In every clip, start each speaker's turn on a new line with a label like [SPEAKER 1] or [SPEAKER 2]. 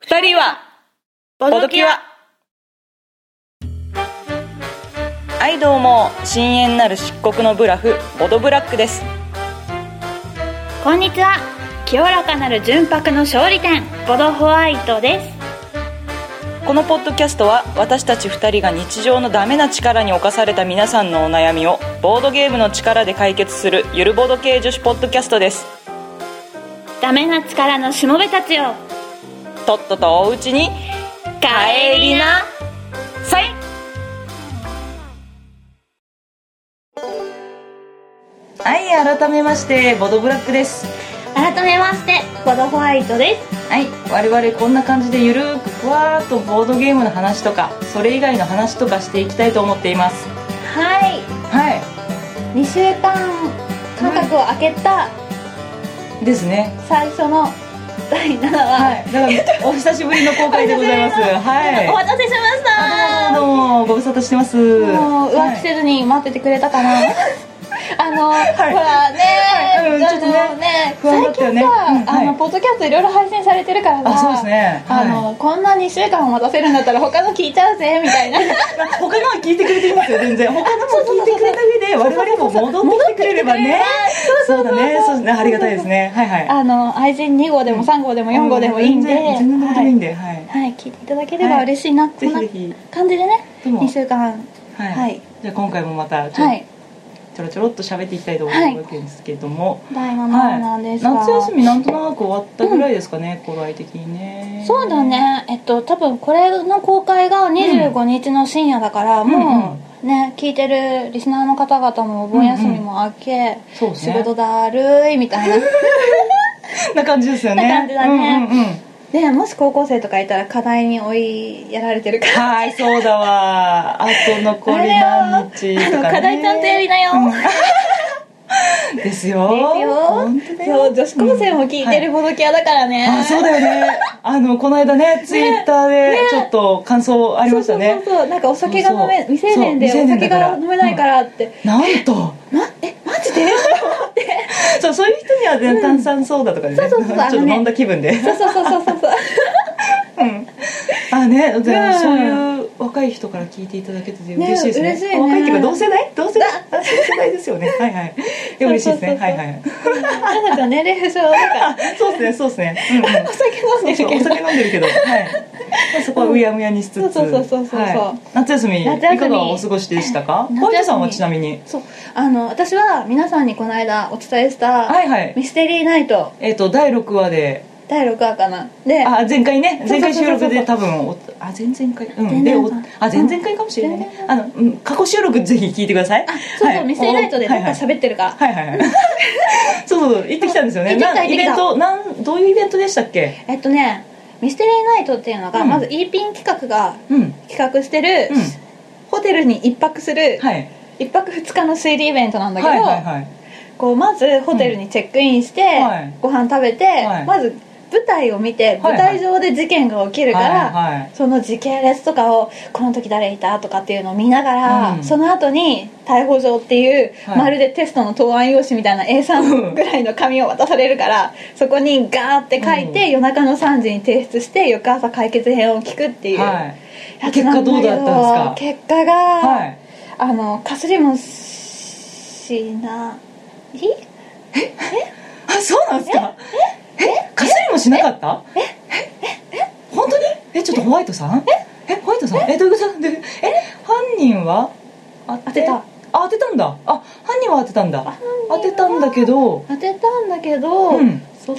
[SPEAKER 1] 二人はボドキュアはいどうも深淵なる漆黒のブラフボドブラックです
[SPEAKER 2] こんにちは清らかなる純白の勝利点ボドホワイトです
[SPEAKER 1] このポッドキャストは私たち2人が日常のダメな力に侵された皆さんのお悩みをボードゲームの力で解決するゆるボド系女子ポッドキャストです
[SPEAKER 2] ダメな力のしもべたちよ
[SPEAKER 1] とっととおうちに帰りなさいはい改めましてボドブラックです
[SPEAKER 2] 改めましてボドホワイトです
[SPEAKER 1] はい我々こんな感じでゆるーくふわーっとボードゲームの話とかそれ以外の話とかしていきたいと思っています
[SPEAKER 2] はい
[SPEAKER 1] はい
[SPEAKER 2] 2週間間隔を空けた
[SPEAKER 1] ですね
[SPEAKER 2] 最初の第7話、
[SPEAKER 1] はいだからお久しぶりの公開でございますはい
[SPEAKER 2] お待たせしました
[SPEAKER 1] あどうもどうもご無沙汰してます
[SPEAKER 2] もう浮気せずに待っててくれたかな、あの、ほらね
[SPEAKER 1] はいうん
[SPEAKER 2] ちょっ
[SPEAKER 1] ち
[SPEAKER 2] と
[SPEAKER 1] ょっと
[SPEAKER 2] ね
[SPEAKER 1] 不安だ
[SPEAKER 2] 最
[SPEAKER 1] ったよ
[SPEAKER 2] 近
[SPEAKER 1] ね
[SPEAKER 2] さ、
[SPEAKER 1] うんはい
[SPEAKER 2] あのポッドキャストいろいろ配信されてるからさ
[SPEAKER 1] あそうですねはい
[SPEAKER 2] あのこんな2週間も待たせるんだったら他の聞いちゃうぜみたいな
[SPEAKER 1] まあ他のは聞いてくれていますよ全然他のも聞いてくれた上で我々も戻ってきてくれればねそうだねそうですねありがたいですねはいはい
[SPEAKER 2] あの愛人2号でも3号でも4号でもいいんで、
[SPEAKER 1] 全然全然どうでもいいん
[SPEAKER 2] はい
[SPEAKER 1] ではい
[SPEAKER 2] はい、聞いていただければ嬉しいな、こんな
[SPEAKER 1] ぜひぜ
[SPEAKER 2] 感じでね
[SPEAKER 1] でも
[SPEAKER 2] 2週間
[SPEAKER 1] はい、
[SPEAKER 2] はい
[SPEAKER 1] じゃあ今回もまたちょ,、
[SPEAKER 2] はい
[SPEAKER 1] ちょろちょろっと喋っていきたいと思うわけですけども、
[SPEAKER 2] 第7話
[SPEAKER 1] はい
[SPEAKER 2] なんですが、
[SPEAKER 1] 夏休みなんとなく終わったぐらいですかね、頃合い的にね
[SPEAKER 2] そうだねえっと多分これの公開が25日の深夜だから、
[SPEAKER 1] ん
[SPEAKER 2] もうね聞いてるリスナーの方々もお盆休みも明け、
[SPEAKER 1] そうね
[SPEAKER 2] 仕事だるいみたいな
[SPEAKER 1] な感じですよね
[SPEAKER 2] な感じだね
[SPEAKER 1] うんうんうん
[SPEAKER 2] でもし高校生とかいたら課題に追いやられてるから
[SPEAKER 1] はいそうだわあと残り何日
[SPEAKER 2] あ
[SPEAKER 1] とか、ね、
[SPEAKER 2] の課題ちゃんとやりなよ、
[SPEAKER 1] ですよ
[SPEAKER 2] ですよ
[SPEAKER 1] 本当だよ
[SPEAKER 2] そう女子高生も聞いてるボドキアだからね、
[SPEAKER 1] あそうだよねあのこの間ねツイッターでちょっと感想ありましたね
[SPEAKER 2] そうそうそうなんかお酒が飲め
[SPEAKER 1] そう
[SPEAKER 2] 未成年で
[SPEAKER 1] そう
[SPEAKER 2] お
[SPEAKER 1] 未成年だ
[SPEAKER 2] 酒
[SPEAKER 1] から
[SPEAKER 2] が飲めないからって、
[SPEAKER 1] なんと
[SPEAKER 2] まえマジで
[SPEAKER 1] そうそういう人には、ね炭酸ソーダとかでね
[SPEAKER 2] そうそうそうそう
[SPEAKER 1] ちょっ
[SPEAKER 2] あの
[SPEAKER 1] と
[SPEAKER 2] ね
[SPEAKER 1] 飲んだ気分で
[SPEAKER 2] そうそうそうそうそうそう
[SPEAKER 1] あねで
[SPEAKER 2] ね
[SPEAKER 1] もそういう若い人から聞いていただけてて嬉しいですね
[SPEAKER 2] ね嬉しいね
[SPEAKER 1] 若いっていうか同世代同世代あ同世代ですよ ねはいはいで嬉しいです
[SPEAKER 2] そ
[SPEAKER 1] ね
[SPEAKER 2] うそうそうそう
[SPEAKER 1] はいはい
[SPEAKER 2] 彼女年齢不詳だから
[SPEAKER 1] あそうですねそうですねうんうん
[SPEAKER 2] お酒飲ん で
[SPEAKER 1] そう
[SPEAKER 2] る
[SPEAKER 1] そうお
[SPEAKER 2] けど
[SPEAKER 1] 酒飲んでるけど、はいまあ、そこはうやむやにしつつ
[SPEAKER 2] そうそうそうそうそう
[SPEAKER 1] はい、夏休み
[SPEAKER 2] 夏休み
[SPEAKER 1] いかがお過ごしでしたか
[SPEAKER 2] 夏
[SPEAKER 1] 小
[SPEAKER 2] 休み
[SPEAKER 1] 池さんはちなみに
[SPEAKER 2] そうあの私は皆さんにこの間お伝えした、
[SPEAKER 1] はいはい
[SPEAKER 2] ミステリーナイト
[SPEAKER 1] えっ、と第6話で
[SPEAKER 2] 第6話かなで
[SPEAKER 1] あ前回ね
[SPEAKER 2] そう
[SPEAKER 1] 前
[SPEAKER 2] そう
[SPEAKER 1] 回
[SPEAKER 2] そ
[SPEAKER 1] 収
[SPEAKER 2] うそう
[SPEAKER 1] 録で多分おあ前々回うん
[SPEAKER 2] 前
[SPEAKER 1] で
[SPEAKER 2] 々
[SPEAKER 1] お
[SPEAKER 2] 回
[SPEAKER 1] あ前々回かもしれないねあの、うん、過去収録ぜひ聞いてください
[SPEAKER 2] そうそ
[SPEAKER 1] は
[SPEAKER 2] う
[SPEAKER 1] い
[SPEAKER 2] ミステリーナイトで
[SPEAKER 1] は
[SPEAKER 2] ないんか喋ってるから、
[SPEAKER 1] はいはいはい そうそうそう行ってきたんですよね
[SPEAKER 2] 行ってきた
[SPEAKER 1] な
[SPEAKER 2] 行
[SPEAKER 1] ん
[SPEAKER 2] って
[SPEAKER 1] イ
[SPEAKER 2] きた
[SPEAKER 1] ベントなんどういうイベントでしたっけ
[SPEAKER 2] えっとねミステリーナイトっていうのが、
[SPEAKER 1] うん
[SPEAKER 2] まず E ピン企画が
[SPEAKER 1] うん
[SPEAKER 2] 企画してる、
[SPEAKER 1] うん
[SPEAKER 2] ホテルに1泊する、
[SPEAKER 1] はい
[SPEAKER 2] 一1泊2日の推理イベントなんだけど、
[SPEAKER 1] はいはいはい
[SPEAKER 2] こうまずホテルにチェックインして、
[SPEAKER 1] んはい
[SPEAKER 2] ご飯食べて、
[SPEAKER 1] はい
[SPEAKER 2] まず舞台を見て
[SPEAKER 1] はい
[SPEAKER 2] 舞台上で事件が起きるから、
[SPEAKER 1] はいはい
[SPEAKER 2] その時系列とかをこの時誰いたとかっていうのを見ながら、
[SPEAKER 1] うん
[SPEAKER 2] その後に逮捕状っていう、
[SPEAKER 1] はい
[SPEAKER 2] まるでテストの答案用紙みたいな A3 ぐらいの紙を渡されるからそこにガーって書いて、夜中の3時に提出して翌朝解決編を聞くっていう
[SPEAKER 1] は
[SPEAKER 2] や
[SPEAKER 1] い
[SPEAKER 2] つ
[SPEAKER 1] 結
[SPEAKER 2] な
[SPEAKER 1] 果
[SPEAKER 2] んだけど、
[SPEAKER 1] どうだったんですか
[SPEAKER 2] 結果が、
[SPEAKER 1] はい
[SPEAKER 2] あのかすりもしない
[SPEAKER 1] あそうなんですかええかすりもしなかったえええ本当にえちょっとホワイトさんえホワイトさんえどういうことどういうえ犯人は当
[SPEAKER 2] 当てた
[SPEAKER 1] あ当てたんだあ犯人は当てたんだ
[SPEAKER 2] は
[SPEAKER 1] 当てたんだけど
[SPEAKER 2] 当てたんだけど、
[SPEAKER 1] うん
[SPEAKER 2] そ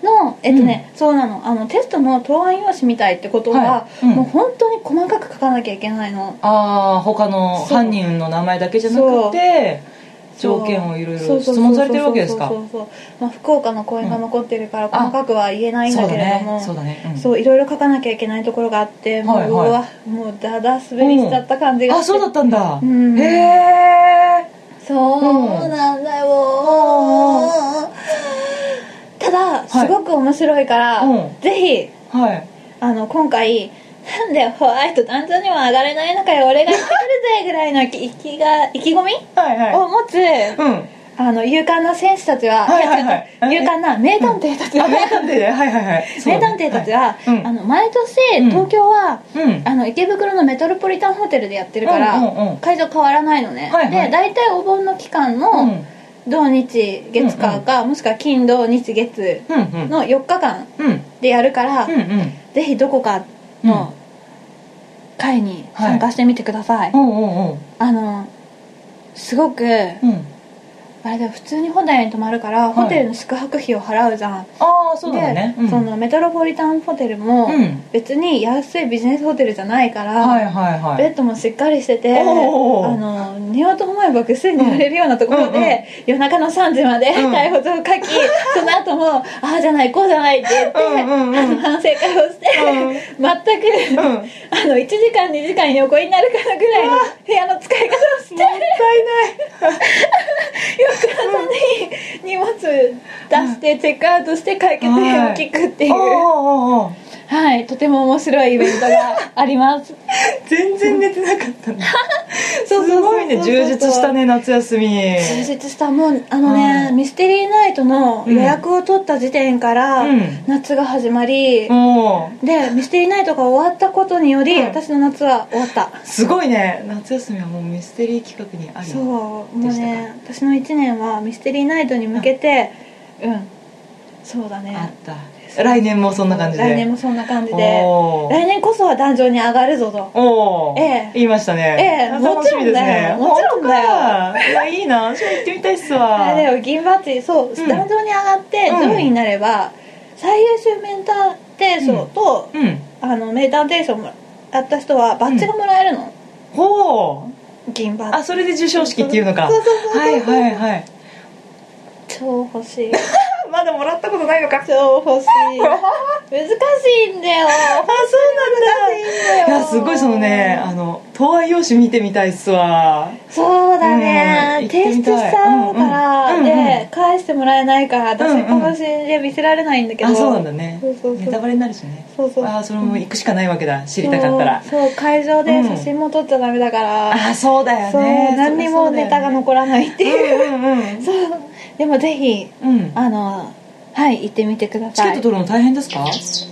[SPEAKER 2] のえっとね、そうなのあのテストの答案用紙みたいってことは、
[SPEAKER 1] はいうん
[SPEAKER 2] もう本当に細かく書かなきゃいけないの
[SPEAKER 1] ああ他の
[SPEAKER 2] そう
[SPEAKER 1] 犯人の名前だけじゃなくて条件をいろいろ質問されてるわけですか
[SPEAKER 2] そうそうそうそうそうまあ、福岡の公演が残ってるから
[SPEAKER 1] んあ
[SPEAKER 2] 細かくは言えないん
[SPEAKER 1] そ
[SPEAKER 2] だ
[SPEAKER 1] うだ
[SPEAKER 2] けれども、
[SPEAKER 1] ねそうだねうん
[SPEAKER 2] そういろいろ書かなきゃいけないところがあって、
[SPEAKER 1] はい
[SPEAKER 2] もうう
[SPEAKER 1] は
[SPEAKER 2] わもうだだ滑りしちゃった感じが
[SPEAKER 1] あ
[SPEAKER 2] して、
[SPEAKER 1] そうだったんだ
[SPEAKER 2] うん
[SPEAKER 1] へえ
[SPEAKER 2] そうなんだよ、ただすごく面白いから、
[SPEAKER 1] うん
[SPEAKER 2] ぜひ
[SPEAKER 1] はい
[SPEAKER 2] あの今回なんでホワイト団長にも上がれない中へ俺が行ってくるぜぐらいの意気意気が意気込み
[SPEAKER 1] はい
[SPEAKER 2] を
[SPEAKER 1] は
[SPEAKER 2] 持つ
[SPEAKER 1] いうん
[SPEAKER 2] あの勇敢な戦士たちは、
[SPEAKER 1] はいはいはい
[SPEAKER 2] いや違う違う勇敢な名探偵たちは、
[SPEAKER 1] あ名探偵ではいはいはいそう
[SPEAKER 2] 名探偵たちは、
[SPEAKER 1] いうん
[SPEAKER 2] あの毎年
[SPEAKER 1] うん
[SPEAKER 2] 東京は、
[SPEAKER 1] うん
[SPEAKER 2] あの池袋のメトロポリタンホテルでやってるから、
[SPEAKER 1] うんうんうん
[SPEAKER 2] 会場変わらないのね、
[SPEAKER 1] はいはい
[SPEAKER 2] で大体お盆の期間の土日月火か、もしくは金土日月
[SPEAKER 1] うんうん
[SPEAKER 2] の4日間
[SPEAKER 1] うんうん
[SPEAKER 2] でやるから、
[SPEAKER 1] うん
[SPEAKER 2] ぜひどこかの会に参加してみてください、
[SPEAKER 1] うんうんうん
[SPEAKER 2] あのすごく、
[SPEAKER 1] うん
[SPEAKER 2] あれだよ普通にホテルに泊まるから、
[SPEAKER 1] い
[SPEAKER 2] ホテルの宿泊費を払うじゃん
[SPEAKER 1] ああそうだよね
[SPEAKER 2] で、
[SPEAKER 1] うん
[SPEAKER 2] そのメトロポリタンホテルも、
[SPEAKER 1] うん
[SPEAKER 2] 別に安いビジネスホテルじゃないから、
[SPEAKER 1] はいはいはい
[SPEAKER 2] ベッドもしっかりしててあ
[SPEAKER 1] おー
[SPEAKER 2] の寝ようと思えばぐっすり寝られるようなところで、
[SPEAKER 1] うんうんうん
[SPEAKER 2] 夜中の3時まで
[SPEAKER 1] うん
[SPEAKER 2] 逮捕状を書き、その後も「ああじゃないこうじゃない」って言って、
[SPEAKER 1] うんうんうん
[SPEAKER 2] あの反省会をして、全く、
[SPEAKER 1] うん
[SPEAKER 2] あの1時間2時間に横になるかなぐらいの部屋の使い方をして翌朝に荷物出してチェックアウトして解決編を聞くっていう、
[SPEAKER 1] おーおーおー
[SPEAKER 2] はい、とても面白いイベントがあります。
[SPEAKER 1] 全然寝てなかったね
[SPEAKER 2] そうそうそう
[SPEAKER 1] すごいね充実したね夏休み
[SPEAKER 2] 充実したもうあのね、
[SPEAKER 1] はい
[SPEAKER 2] ミステリーナイトの予約を取った時点から、
[SPEAKER 1] うん
[SPEAKER 2] 夏が始まり、
[SPEAKER 1] もう
[SPEAKER 2] でミステリーナイトが終わったことにより、
[SPEAKER 1] うん
[SPEAKER 2] 私の夏は終わった
[SPEAKER 1] すごいね夏休みはもうミステリー企画にあり
[SPEAKER 2] そうもう
[SPEAKER 1] でした
[SPEAKER 2] ね私の1年はミステリーナイトに向けてうんそうだ
[SPEAKER 1] あ
[SPEAKER 2] ね
[SPEAKER 1] った来年もそんな感じで
[SPEAKER 2] 来年もそんな感じで
[SPEAKER 1] おー
[SPEAKER 2] 来年こそは壇上に上がるぞと
[SPEAKER 1] おお、
[SPEAKER 2] ええ
[SPEAKER 1] 言いましたね、
[SPEAKER 2] ええ
[SPEAKER 1] 楽しみですね
[SPEAKER 2] もちろんだよ
[SPEAKER 1] 本当かいやいいな私も行ってみたいっすわ
[SPEAKER 2] あれだよ銀バッジそう壇上に上がって
[SPEAKER 1] うん
[SPEAKER 2] 上位になれば、最優秀メンターテー賞と、
[SPEAKER 1] うん
[SPEAKER 2] あの名探偵賞もらった人はバッジがもらえるの、
[SPEAKER 1] ほう
[SPEAKER 2] 銀バッ
[SPEAKER 1] あ
[SPEAKER 2] ジ
[SPEAKER 1] それで授賞式っていうのか
[SPEAKER 2] そうそうそうそう
[SPEAKER 1] はいはいはい
[SPEAKER 2] 超欲しい
[SPEAKER 1] あまだもらったことないのか
[SPEAKER 2] 超欲しい 難しいんだよ
[SPEAKER 1] あそう なんだいや
[SPEAKER 2] 難しいんだよ
[SPEAKER 1] すごいそのねあの答案用紙見てみたいっすわ
[SPEAKER 2] そうだね、
[SPEAKER 1] うん
[SPEAKER 2] 提出しちゃうか
[SPEAKER 1] 行
[SPEAKER 2] ら、
[SPEAKER 1] ってみたいうんうんうんう
[SPEAKER 2] で返してもらえないから出しっぱなしで見せられないんだけど、
[SPEAKER 1] あそうなんだね
[SPEAKER 2] そうそうそう
[SPEAKER 1] ネタバレになるしね
[SPEAKER 2] そうそう
[SPEAKER 1] あそれも行くしかないわけだ知りたかったら
[SPEAKER 2] そうそう会場で写真も撮っちゃダメだから、
[SPEAKER 1] あそうだよね
[SPEAKER 2] そう何にも
[SPEAKER 1] そりゃ
[SPEAKER 2] ネ
[SPEAKER 1] そうだ
[SPEAKER 2] タ
[SPEAKER 1] よ
[SPEAKER 2] が
[SPEAKER 1] ね
[SPEAKER 2] 残らないっていう
[SPEAKER 1] うんうんうん
[SPEAKER 2] そうでもぜひ
[SPEAKER 1] うん
[SPEAKER 2] あのはい行ってみてくだ
[SPEAKER 1] チケ
[SPEAKER 2] さ
[SPEAKER 1] ッ
[SPEAKER 2] い
[SPEAKER 1] ト取るの大変ですか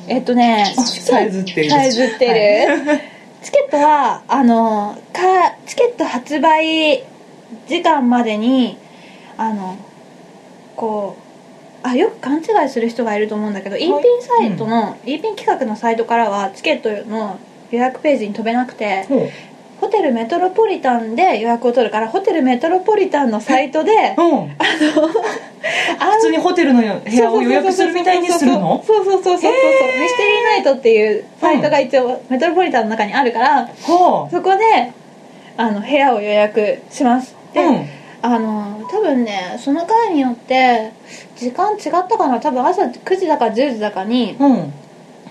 [SPEAKER 2] えっとね
[SPEAKER 1] さえずっている
[SPEAKER 2] さえずってる、チケットはあのかチケット発売時間までにあのこうあよく勘違いする人がいると思うんだけど、イーピンサイトの、イーピン企画のサイトからはチケットの予約ページに飛べなくて、
[SPEAKER 1] ほ
[SPEAKER 2] ホテルメトロポリタンで予約を取るからホテルメトロポリタンのサイトで
[SPEAKER 1] ううん普通にホテルの部屋を予約するみたいにするの
[SPEAKER 2] そうそうそうそうそうそうミステリーナイトっていうサイトが一応メトロポリタンの中にあるから
[SPEAKER 1] ほう
[SPEAKER 2] そこであの部屋を予約しますで、
[SPEAKER 1] うん
[SPEAKER 2] あの多分ねその回によって時間違ったかな多分朝9時だか10時だかに
[SPEAKER 1] うん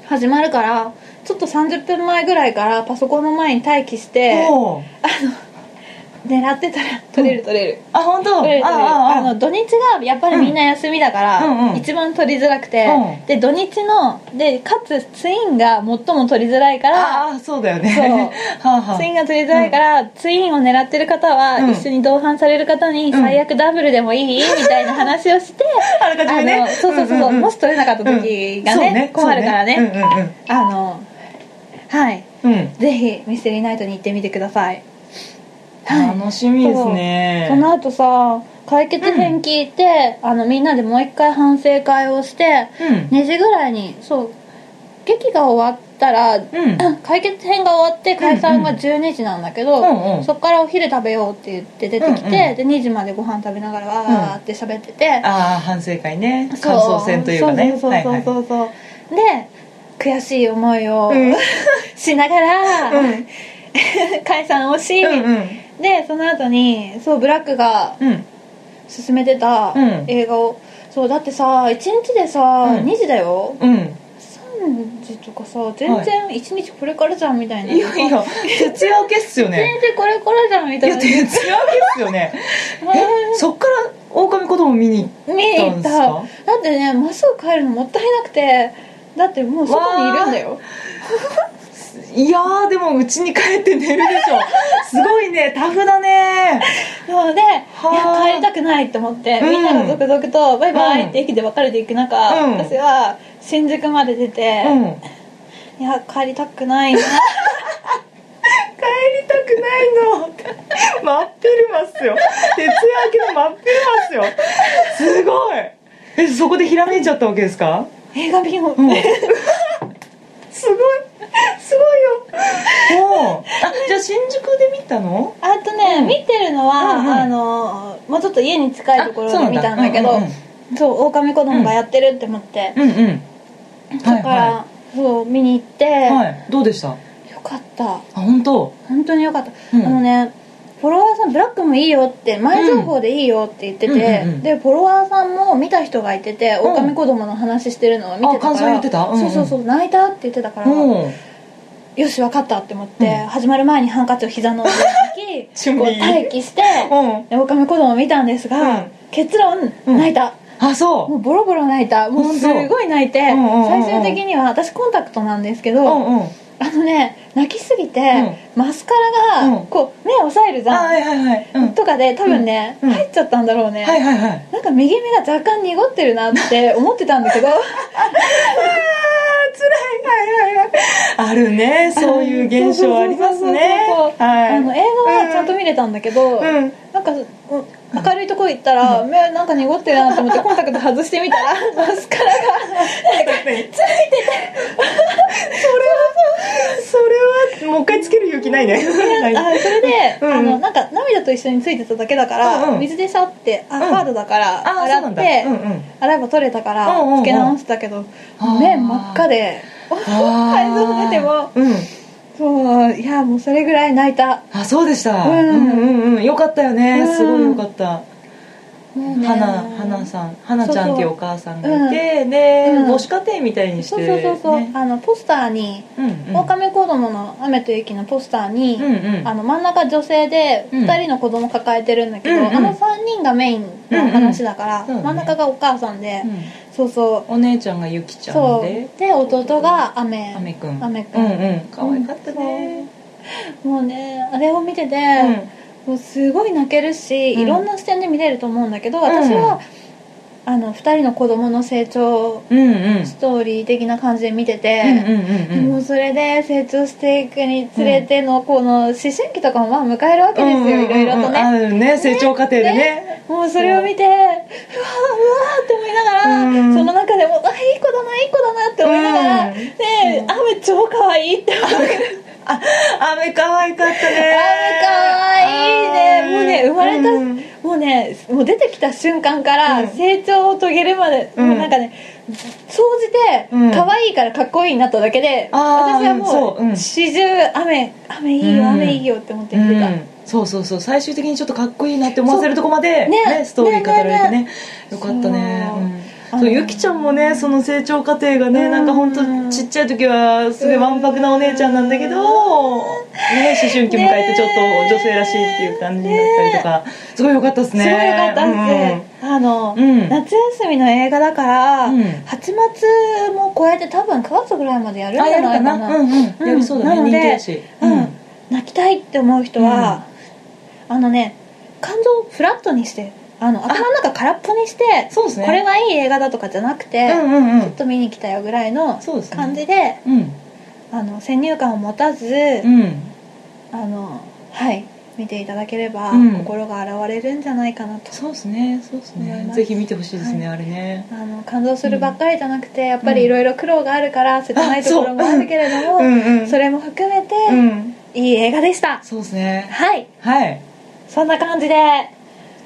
[SPEAKER 2] 始まるからちょっと30分前ぐらいからパソコンの前に待機して
[SPEAKER 1] ほう
[SPEAKER 2] 狙ってたら取れる取れる
[SPEAKER 1] あ本当
[SPEAKER 2] 取れる取れるあ
[SPEAKER 1] あ
[SPEAKER 2] の土日がやっぱりみんな休みだから、
[SPEAKER 1] うんうん
[SPEAKER 2] 一番取りづらくて、
[SPEAKER 1] うん
[SPEAKER 2] で土日のでかつツインが最も取りづらいから
[SPEAKER 1] ああそうだよね はあはあ
[SPEAKER 2] ツインが取りづらいから、ツインを狙ってる方は、
[SPEAKER 1] うん
[SPEAKER 2] 一緒に同伴される方に
[SPEAKER 1] ん
[SPEAKER 2] 最悪ダブルでもい い、みたいな話をして
[SPEAKER 1] あらかじめね
[SPEAKER 2] あのそうそうそう,、
[SPEAKER 1] んんん
[SPEAKER 2] もし取れなかった時がね,、
[SPEAKER 1] うんそう
[SPEAKER 2] 困るからね
[SPEAKER 1] そうね
[SPEAKER 2] あのはい
[SPEAKER 1] うんうんうんうん
[SPEAKER 2] ぜひミステリーナイトに行ってみてください、はい、
[SPEAKER 1] 楽しみですね
[SPEAKER 2] その後さ解決編聞いて、あのみんなでもう一回反省会をして、
[SPEAKER 1] うん
[SPEAKER 2] 2時ぐらいにそう劇が終わったら、
[SPEAKER 1] う
[SPEAKER 2] 解決編が終わって解散が
[SPEAKER 1] うんうん
[SPEAKER 2] 12時なんだけど、
[SPEAKER 1] うんうん
[SPEAKER 2] そっからお昼食べようって言って出てきて、
[SPEAKER 1] うんうん
[SPEAKER 2] で2時までご飯食べながらわーって喋ってて、
[SPEAKER 1] ああ反省会ね
[SPEAKER 2] そう
[SPEAKER 1] 感想戦というかね
[SPEAKER 2] そう
[SPEAKER 1] は
[SPEAKER 2] そう
[SPEAKER 1] いは
[SPEAKER 2] そう
[SPEAKER 1] い
[SPEAKER 2] そうそう、で悔しい思いを、
[SPEAKER 1] うん
[SPEAKER 2] しながら、
[SPEAKER 1] うん
[SPEAKER 2] 解散をし、
[SPEAKER 1] うんうん
[SPEAKER 2] でその後にそうブラックが
[SPEAKER 1] うん
[SPEAKER 2] 進めてた
[SPEAKER 1] うん
[SPEAKER 2] 映画を、そうだってさ1日でさ、
[SPEAKER 1] うん
[SPEAKER 2] 2時だよ
[SPEAKER 1] うん
[SPEAKER 2] 3時とかさ全然1日これからじゃんみたいな、
[SPEAKER 1] いやいや徹夜明けっすよね
[SPEAKER 2] 全然これからじゃんみ
[SPEAKER 1] い
[SPEAKER 2] たい
[SPEAKER 1] や
[SPEAKER 2] な
[SPEAKER 1] 徹夜明けっすよねえそっから狼子供見に行った
[SPEAKER 2] 見に行っただ
[SPEAKER 1] 行ったん
[SPEAKER 2] ってねまっすぐ帰るのもったいなくてだってもう外にいるんだよ
[SPEAKER 1] いやーでも家に帰って寝るでしょすごいねタフだね
[SPEAKER 2] なのでい
[SPEAKER 1] は
[SPEAKER 2] や
[SPEAKER 1] あ
[SPEAKER 2] 帰りたくないと思って、
[SPEAKER 1] うん
[SPEAKER 2] みんなが続々とバイバ
[SPEAKER 1] うん
[SPEAKER 2] イって駅で別れていく中、
[SPEAKER 1] うん
[SPEAKER 2] 私は新宿まで出て、
[SPEAKER 1] うん
[SPEAKER 2] いや帰りたくない な
[SPEAKER 1] 帰りたくないの真っ昼間っすよ徹夜明けの真っ昼間っすよすごいえそこでひらめいちゃったわけですか
[SPEAKER 2] 映画見よう、
[SPEAKER 1] うんすごいすごいよおうあじゃあ新宿で見たの
[SPEAKER 2] あとね、
[SPEAKER 1] うん
[SPEAKER 2] 見てるのは、
[SPEAKER 1] うんうん
[SPEAKER 2] あのもうちょっと家に近いところ
[SPEAKER 1] あそうなん
[SPEAKER 2] で見
[SPEAKER 1] だ
[SPEAKER 2] たんだけど
[SPEAKER 1] う
[SPEAKER 2] そ
[SPEAKER 1] ん
[SPEAKER 2] う,、
[SPEAKER 1] うん
[SPEAKER 2] 狼子供がやってるって思って、
[SPEAKER 1] うんうん
[SPEAKER 2] だから、
[SPEAKER 1] は
[SPEAKER 2] そう見に行って、
[SPEAKER 1] はいどうでしたあ
[SPEAKER 2] よかった
[SPEAKER 1] 本当
[SPEAKER 2] 本当によかった、
[SPEAKER 1] うん
[SPEAKER 2] あのねフォロワーさんブラックもいいよって前情報でいいよって言ってて、
[SPEAKER 1] うんうんうん
[SPEAKER 2] でフォロワーさんも見た人がいてて
[SPEAKER 1] うん
[SPEAKER 2] 狼子供の話してるのを見てたから
[SPEAKER 1] あ感想言ってたうんうん
[SPEAKER 2] そうそうそう泣いたって言ってたから、
[SPEAKER 1] うん
[SPEAKER 2] よし分かったって思って、
[SPEAKER 1] うん
[SPEAKER 2] 始まる前にハンカチを膝の上 に置
[SPEAKER 1] 準
[SPEAKER 2] きこう
[SPEAKER 1] 備
[SPEAKER 2] 待機して
[SPEAKER 1] うん
[SPEAKER 2] で狼子供を見たんですが、
[SPEAKER 1] うん
[SPEAKER 2] 結論
[SPEAKER 1] うん
[SPEAKER 2] 泣いた、
[SPEAKER 1] あそう
[SPEAKER 2] もうボロボロ泣いたもうすごい泣いて、
[SPEAKER 1] うんうんうんうん
[SPEAKER 2] 最終的には私コンタクトなんですけど、
[SPEAKER 1] うんうん
[SPEAKER 2] あのね泣きすぎて、マスカラ
[SPEAKER 1] うん
[SPEAKER 2] がこう目を押さえるじ
[SPEAKER 1] あ
[SPEAKER 2] ゃん、
[SPEAKER 1] はいはいはい、うん、
[SPEAKER 2] とかで多分ね、
[SPEAKER 1] うん
[SPEAKER 2] 入っちゃったんだろうね、
[SPEAKER 1] はいはいはい
[SPEAKER 2] なんか右目が若干濁ってるなって思ってたんだけど
[SPEAKER 1] つらいはいはいはいあるね そういう現象ありますね
[SPEAKER 2] そうそうそうそう
[SPEAKER 1] はい
[SPEAKER 2] あの映画はちゃんと見れたんだけど、
[SPEAKER 1] うんうん
[SPEAKER 2] なんかうん明るいとこ行ったら、目なんか濁ってるな と思ってコンタクト外してみたらマスカラ
[SPEAKER 1] ついてそれはそれはもう一回つける勇気ないね
[SPEAKER 2] があそれで、
[SPEAKER 1] うん
[SPEAKER 2] あのなんか涙と一緒についてただけだから、
[SPEAKER 1] うんうん
[SPEAKER 2] 水でシャって
[SPEAKER 1] う
[SPEAKER 2] あ、
[SPEAKER 1] ん
[SPEAKER 2] ハードだから
[SPEAKER 1] あ
[SPEAKER 2] 洗
[SPEAKER 1] そうなん
[SPEAKER 2] っ
[SPEAKER 1] だ
[SPEAKER 2] て、
[SPEAKER 1] うんうん
[SPEAKER 2] 洗えば取れたから
[SPEAKER 1] うんうんうん
[SPEAKER 2] つけ直したけど、
[SPEAKER 1] あー
[SPEAKER 2] 目真っ赤で改造出ても
[SPEAKER 1] うん
[SPEAKER 2] そういやもうそれぐらい泣いた、
[SPEAKER 1] あそうでした、う、
[SPEAKER 2] うんん
[SPEAKER 1] うんうんよかったよね、
[SPEAKER 2] うん
[SPEAKER 1] すごいよかった
[SPEAKER 2] もうね
[SPEAKER 1] 花花さん花ちゃんっていうお母さんがいてで、
[SPEAKER 2] うん
[SPEAKER 1] 母子家庭みたいにして
[SPEAKER 2] そうそうそうそう、
[SPEAKER 1] ね
[SPEAKER 2] あのポスターに
[SPEAKER 1] うん
[SPEAKER 2] 「狼子供の雨と雪」のポスターに、
[SPEAKER 1] うんうん
[SPEAKER 2] あの真ん中女性で
[SPEAKER 1] うん
[SPEAKER 2] 2人の子供抱えてるんだけど、
[SPEAKER 1] うんうん
[SPEAKER 2] あの3人がメインの話だから、
[SPEAKER 1] うんうんそうだね
[SPEAKER 2] 真ん中がお母さんで、
[SPEAKER 1] うん
[SPEAKER 2] そうそう
[SPEAKER 1] お姉ちゃんがゆきちゃんで
[SPEAKER 2] そうで弟が雨
[SPEAKER 1] アメくん
[SPEAKER 2] アメく
[SPEAKER 1] うんんうん可愛かったね
[SPEAKER 2] もうねあれを見てて、もうすごい泣けるし、
[SPEAKER 1] うん
[SPEAKER 2] いろんな視点で見れると思うんだけど私は、あの2人の子供の成長
[SPEAKER 1] うんうんうん
[SPEAKER 2] ストーリー的な感じで見てて、
[SPEAKER 1] うんうんうん
[SPEAKER 2] もうそれで成長していくにつれての、この思春期とかもまあ迎えるわけですよ、いろいろとね、
[SPEAKER 1] あるね成長過程でね
[SPEAKER 2] もうそれを見てうわうわーって思いながら、
[SPEAKER 1] うん
[SPEAKER 2] その中でもあいい子だないい子だなって思いながら、
[SPEAKER 1] うん
[SPEAKER 2] ねえ雨超可愛いって思うから
[SPEAKER 1] アメ可愛かったね
[SPEAKER 2] あー可愛いねもうね生まれた、
[SPEAKER 1] うん
[SPEAKER 2] もうねもう出てきた瞬間
[SPEAKER 1] う
[SPEAKER 2] か
[SPEAKER 1] ん
[SPEAKER 2] ら成長を遂げるまで、
[SPEAKER 1] うん
[SPEAKER 2] もうなんかね総じて
[SPEAKER 1] うん
[SPEAKER 2] 可愛いからかっこいいになっただけで、
[SPEAKER 1] あー
[SPEAKER 2] 私は
[SPEAKER 1] そうう
[SPEAKER 2] も
[SPEAKER 1] ん
[SPEAKER 2] う始終雨雨いいよ、
[SPEAKER 1] うん
[SPEAKER 2] 雨いいよって思って
[SPEAKER 1] う
[SPEAKER 2] 見てた、
[SPEAKER 1] んそうそうそう最終的にちょっとかっこいいなって思わせるとこまで、
[SPEAKER 2] そうね
[SPEAKER 1] ねストーリー語られてね
[SPEAKER 2] ね
[SPEAKER 1] よかったね
[SPEAKER 2] そう
[SPEAKER 1] うん
[SPEAKER 2] あの
[SPEAKER 1] そうゆきちゃんもねその成長過程がね、
[SPEAKER 2] うん
[SPEAKER 1] なんか本当ちっちゃい時はすごいわんぱくなお姉ちゃんなんだけど、ね、思春期迎えてちょっと女性らしいっていう感じになったりとか、すごいよかったです
[SPEAKER 2] すご
[SPEAKER 1] ね
[SPEAKER 2] いよかったです、あの、
[SPEAKER 1] うん
[SPEAKER 2] 夏休みの映画だから、
[SPEAKER 1] うん
[SPEAKER 2] 八月も超えて多分9月ぐらいまでやるん
[SPEAKER 1] あ
[SPEAKER 2] じ
[SPEAKER 1] や
[SPEAKER 2] ゃ
[SPEAKER 1] る
[SPEAKER 2] な
[SPEAKER 1] か
[SPEAKER 2] いかな
[SPEAKER 1] なうんうん、
[SPEAKER 2] うん
[SPEAKER 1] やりそうだ
[SPEAKER 2] な
[SPEAKER 1] ね
[SPEAKER 2] の
[SPEAKER 1] 人
[SPEAKER 2] で
[SPEAKER 1] 気だし
[SPEAKER 2] うん泣きたいって思う人は、あのね感情をフラットにしてあの頭の中空っぽにして、
[SPEAKER 1] そうですね
[SPEAKER 2] これはいい映画だとかじゃなくて、
[SPEAKER 1] うんうんう
[SPEAKER 2] ちょ
[SPEAKER 1] ん
[SPEAKER 2] っと見に来たよぐらいの
[SPEAKER 1] そうですね
[SPEAKER 2] 感じで、
[SPEAKER 1] うん
[SPEAKER 2] あの先入観を持たず、
[SPEAKER 1] うん
[SPEAKER 2] あのはい見ていただければ、
[SPEAKER 1] うん
[SPEAKER 2] 心が洗われるんじゃないかなと
[SPEAKER 1] そうですねそうです
[SPEAKER 2] 思い
[SPEAKER 1] ね
[SPEAKER 2] ます
[SPEAKER 1] ぜひ見てほしいですね、あれね
[SPEAKER 2] あの感動するばっかりじゃなくて、やっぱりいろいろ苦労があるから切ないところもあるけれども、
[SPEAKER 1] ん
[SPEAKER 2] それも含めて、
[SPEAKER 1] うん
[SPEAKER 2] いい映画でした
[SPEAKER 1] そうですね
[SPEAKER 2] はい
[SPEAKER 1] はい
[SPEAKER 2] そんな感じで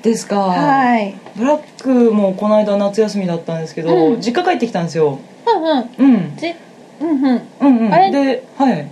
[SPEAKER 1] ですか
[SPEAKER 2] はい
[SPEAKER 1] ブラックもこの間夏休みだったんですけど、
[SPEAKER 2] うん
[SPEAKER 1] 実家帰ってきたんですよ、
[SPEAKER 2] うんうん
[SPEAKER 1] うん、
[SPEAKER 2] じうんうん
[SPEAKER 1] うんうん
[SPEAKER 2] あれ
[SPEAKER 1] ではい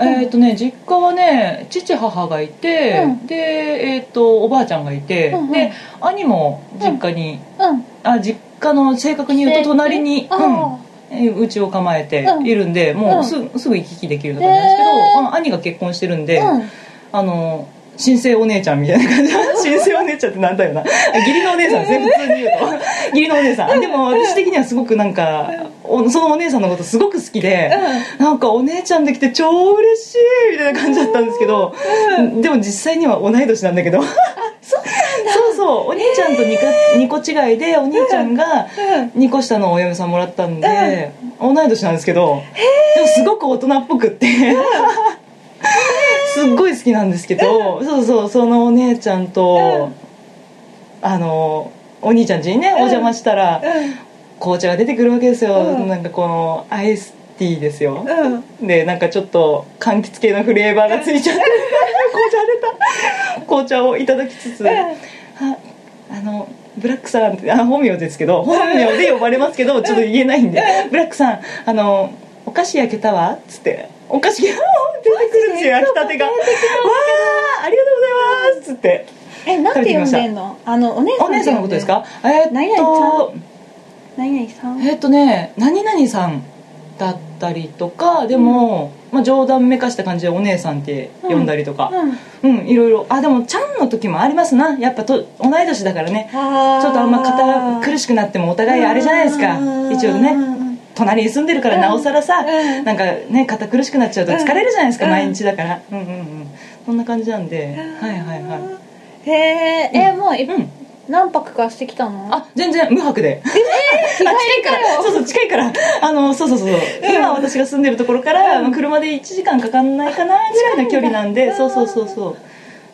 [SPEAKER 1] えー、とね実家はね父母がいて、
[SPEAKER 2] うん
[SPEAKER 1] で、えー、とおばあちゃんがいて、
[SPEAKER 2] うんうん
[SPEAKER 1] で兄も実家に、
[SPEAKER 2] うん
[SPEAKER 1] あ実家の正確に言うと隣に、
[SPEAKER 2] あ
[SPEAKER 1] うん
[SPEAKER 2] あ
[SPEAKER 1] えうちを構えているんで、もうす,、すぐ行き来できるような感じなんですけど、
[SPEAKER 2] へー
[SPEAKER 1] あの兄が結婚してるんで、
[SPEAKER 2] うん
[SPEAKER 1] あの新生お姉ちゃんみたいな感じ新生お姉ちゃんってなんだよな義理のお姉さんですね普通に言うと義理のお姉さんでも私的にはすごくなんかおそのお姉さんのことすごく好きで、なんかお姉ちゃんできて超嬉しいみたいな感じだったんですけど、でも実際には同い年なんだけど
[SPEAKER 2] そうなんだ
[SPEAKER 1] そうそうお兄ちゃんと 2, か、二個違いでお兄ちゃんが2個下のお嫁さんもらったんで、同い年なんですけどでもすごく大人っぽくってすっごい好きなんですけど、そうそうそのお姉ちゃんと、あのお兄ちゃん家にね、お邪魔したら、紅茶が出てくるわけですよ、
[SPEAKER 2] うん
[SPEAKER 1] なんかこのアイスティーですよ、
[SPEAKER 2] うんうん
[SPEAKER 1] でなんかちょっと柑橘系のフレーバーがついちゃって紅茶出た紅茶をいただきつつ、ああのブラックさんってあ本名ですけど本名で呼ばれますけどちょっと言えないんで「ブラックさんあのお菓子焼けたわ」っつってお菓子が出てくるんですよ焼きたてが「わあありがとうございます」っつって
[SPEAKER 2] えなんて呼んでんのあのお姉さん
[SPEAKER 1] お姉さんのことですかえー
[SPEAKER 2] 何
[SPEAKER 1] っと
[SPEAKER 2] 々何々さん
[SPEAKER 1] えーっとね何々さんだったりとかでも、まあ、冗談めかした感じでお姉さんって呼んだりとか
[SPEAKER 2] うん
[SPEAKER 1] うん、いろいろあでもちゃんの時もありますなやっぱと同い年だからね
[SPEAKER 2] あー
[SPEAKER 1] ちょっとあんま肩苦しくなってもお互いあれじゃないですか
[SPEAKER 2] うん
[SPEAKER 1] 一応ね隣に住んでるからなおさらさ、
[SPEAKER 2] うん
[SPEAKER 1] なんかね肩苦しくなっちゃうと疲れるじゃないですか、
[SPEAKER 2] うん
[SPEAKER 1] 毎日だからうんうんうんそんな感じなんで、
[SPEAKER 2] うん
[SPEAKER 1] はいはいは
[SPEAKER 2] へええもうい
[SPEAKER 1] いうん
[SPEAKER 2] 何泊かしてきたの
[SPEAKER 1] あ全然無泊で
[SPEAKER 2] 日帰りかよ
[SPEAKER 1] そうそう近いからあのそうそうそう、今私が住んでるところから、まあ車で1時間かかんないかなぐらいの距離なんで
[SPEAKER 2] 近いんだ
[SPEAKER 1] そうそうそうそう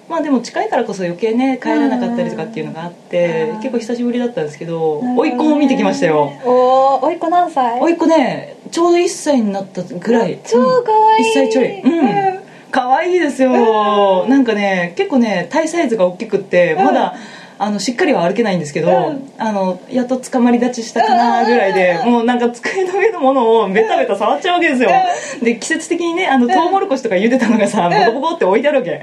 [SPEAKER 1] まあでも近いからこそ余計ね帰らなかったりとかっていうのがあって、
[SPEAKER 2] うん
[SPEAKER 1] 結構久しぶりだったんですけど
[SPEAKER 2] なるほど
[SPEAKER 1] 甥
[SPEAKER 2] ね
[SPEAKER 1] っ子も見てきましたよ
[SPEAKER 2] おーおいっ子何歳
[SPEAKER 1] 甥っ子ねちょうど1歳になったぐらい
[SPEAKER 2] 超
[SPEAKER 1] うん
[SPEAKER 2] かわいい
[SPEAKER 1] 1歳ちょいうん可愛いですよなんかね結構ね体サイズが大きくって
[SPEAKER 2] うん
[SPEAKER 1] まだあのしっかりは歩けないんですけど、
[SPEAKER 2] うん
[SPEAKER 1] あのやっと捕まり立ちしたかなぐらいで、もうなんか机の上のものをベタベタ触っちゃうわけですよ、で季節的にねあのトウモロコシとか茹でたのがさ、ボコボコって置いてあるわけ、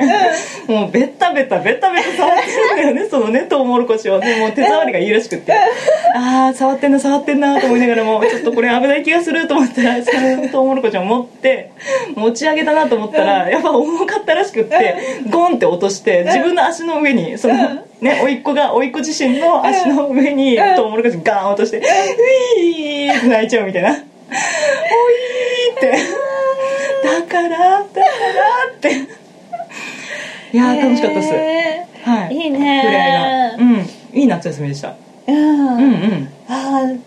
[SPEAKER 1] もうベタベタベタベタ触ってるんだよ ねそのねトウモロコシをでもう手触りがいいらしくって、ああ触ってんな触ってんなと思いながらもちょっとこれ危ない気がすると思ったらそのトウモロコシを持って持ち上げたなと思ったら、やっぱ重かったらしくって、ゴンって落として自分の足の上にその、ね甥っ子が甥っ子自身の足の上に
[SPEAKER 2] うん
[SPEAKER 1] トウモロコシガーン落として「ういー!」って泣いちゃうみたいな「おいー!」って「だからだから」っていやー楽しかったです、
[SPEAKER 2] へ
[SPEAKER 1] は
[SPEAKER 2] ー
[SPEAKER 1] い
[SPEAKER 2] いい
[SPEAKER 1] 触れ合いが
[SPEAKER 2] ね
[SPEAKER 1] うんいい夏休みでした
[SPEAKER 2] うん
[SPEAKER 1] うんうん
[SPEAKER 2] あー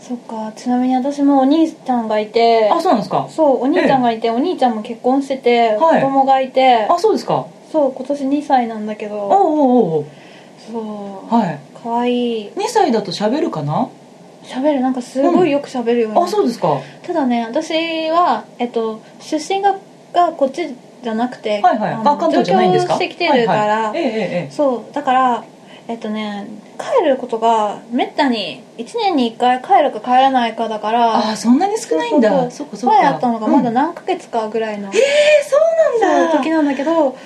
[SPEAKER 2] そっかちなみに私もお兄ちゃんがいて
[SPEAKER 1] あそうなんですか
[SPEAKER 2] そうお兄ちゃんがいてお兄ちゃんも結婚してて子
[SPEAKER 1] はい
[SPEAKER 2] 供がいて
[SPEAKER 1] あそうですか
[SPEAKER 2] そう今年2歳なんだけ
[SPEAKER 1] おう
[SPEAKER 2] ど
[SPEAKER 1] おうおう
[SPEAKER 2] そう
[SPEAKER 1] はい
[SPEAKER 2] かわいい
[SPEAKER 1] 2歳だと喋るかな
[SPEAKER 2] 喋るなんかすごいよく喋るよね、
[SPEAKER 1] あそうですかは
[SPEAKER 2] ただね私は、えっと、出身ががこっちじゃなくて、
[SPEAKER 1] いはい
[SPEAKER 2] あの
[SPEAKER 1] あ関東じゃないんですか
[SPEAKER 2] 上京してきてるか
[SPEAKER 1] はい
[SPEAKER 2] ら、
[SPEAKER 1] はいえええええ
[SPEAKER 2] そうだからえっとね帰ることがめったに1年に1回帰るか帰らないかだか
[SPEAKER 1] えあ
[SPEAKER 2] ら
[SPEAKER 1] そんなに少ないんだそ
[SPEAKER 2] そうう
[SPEAKER 1] かそ
[SPEAKER 2] そう
[SPEAKER 1] うか
[SPEAKER 2] 前あったのがまだ
[SPEAKER 1] うん
[SPEAKER 2] 何ヶ月かぐらいの、
[SPEAKER 1] えそうなん
[SPEAKER 2] そう
[SPEAKER 1] だ
[SPEAKER 2] 時なんだけどなん
[SPEAKER 1] お
[SPEAKER 2] か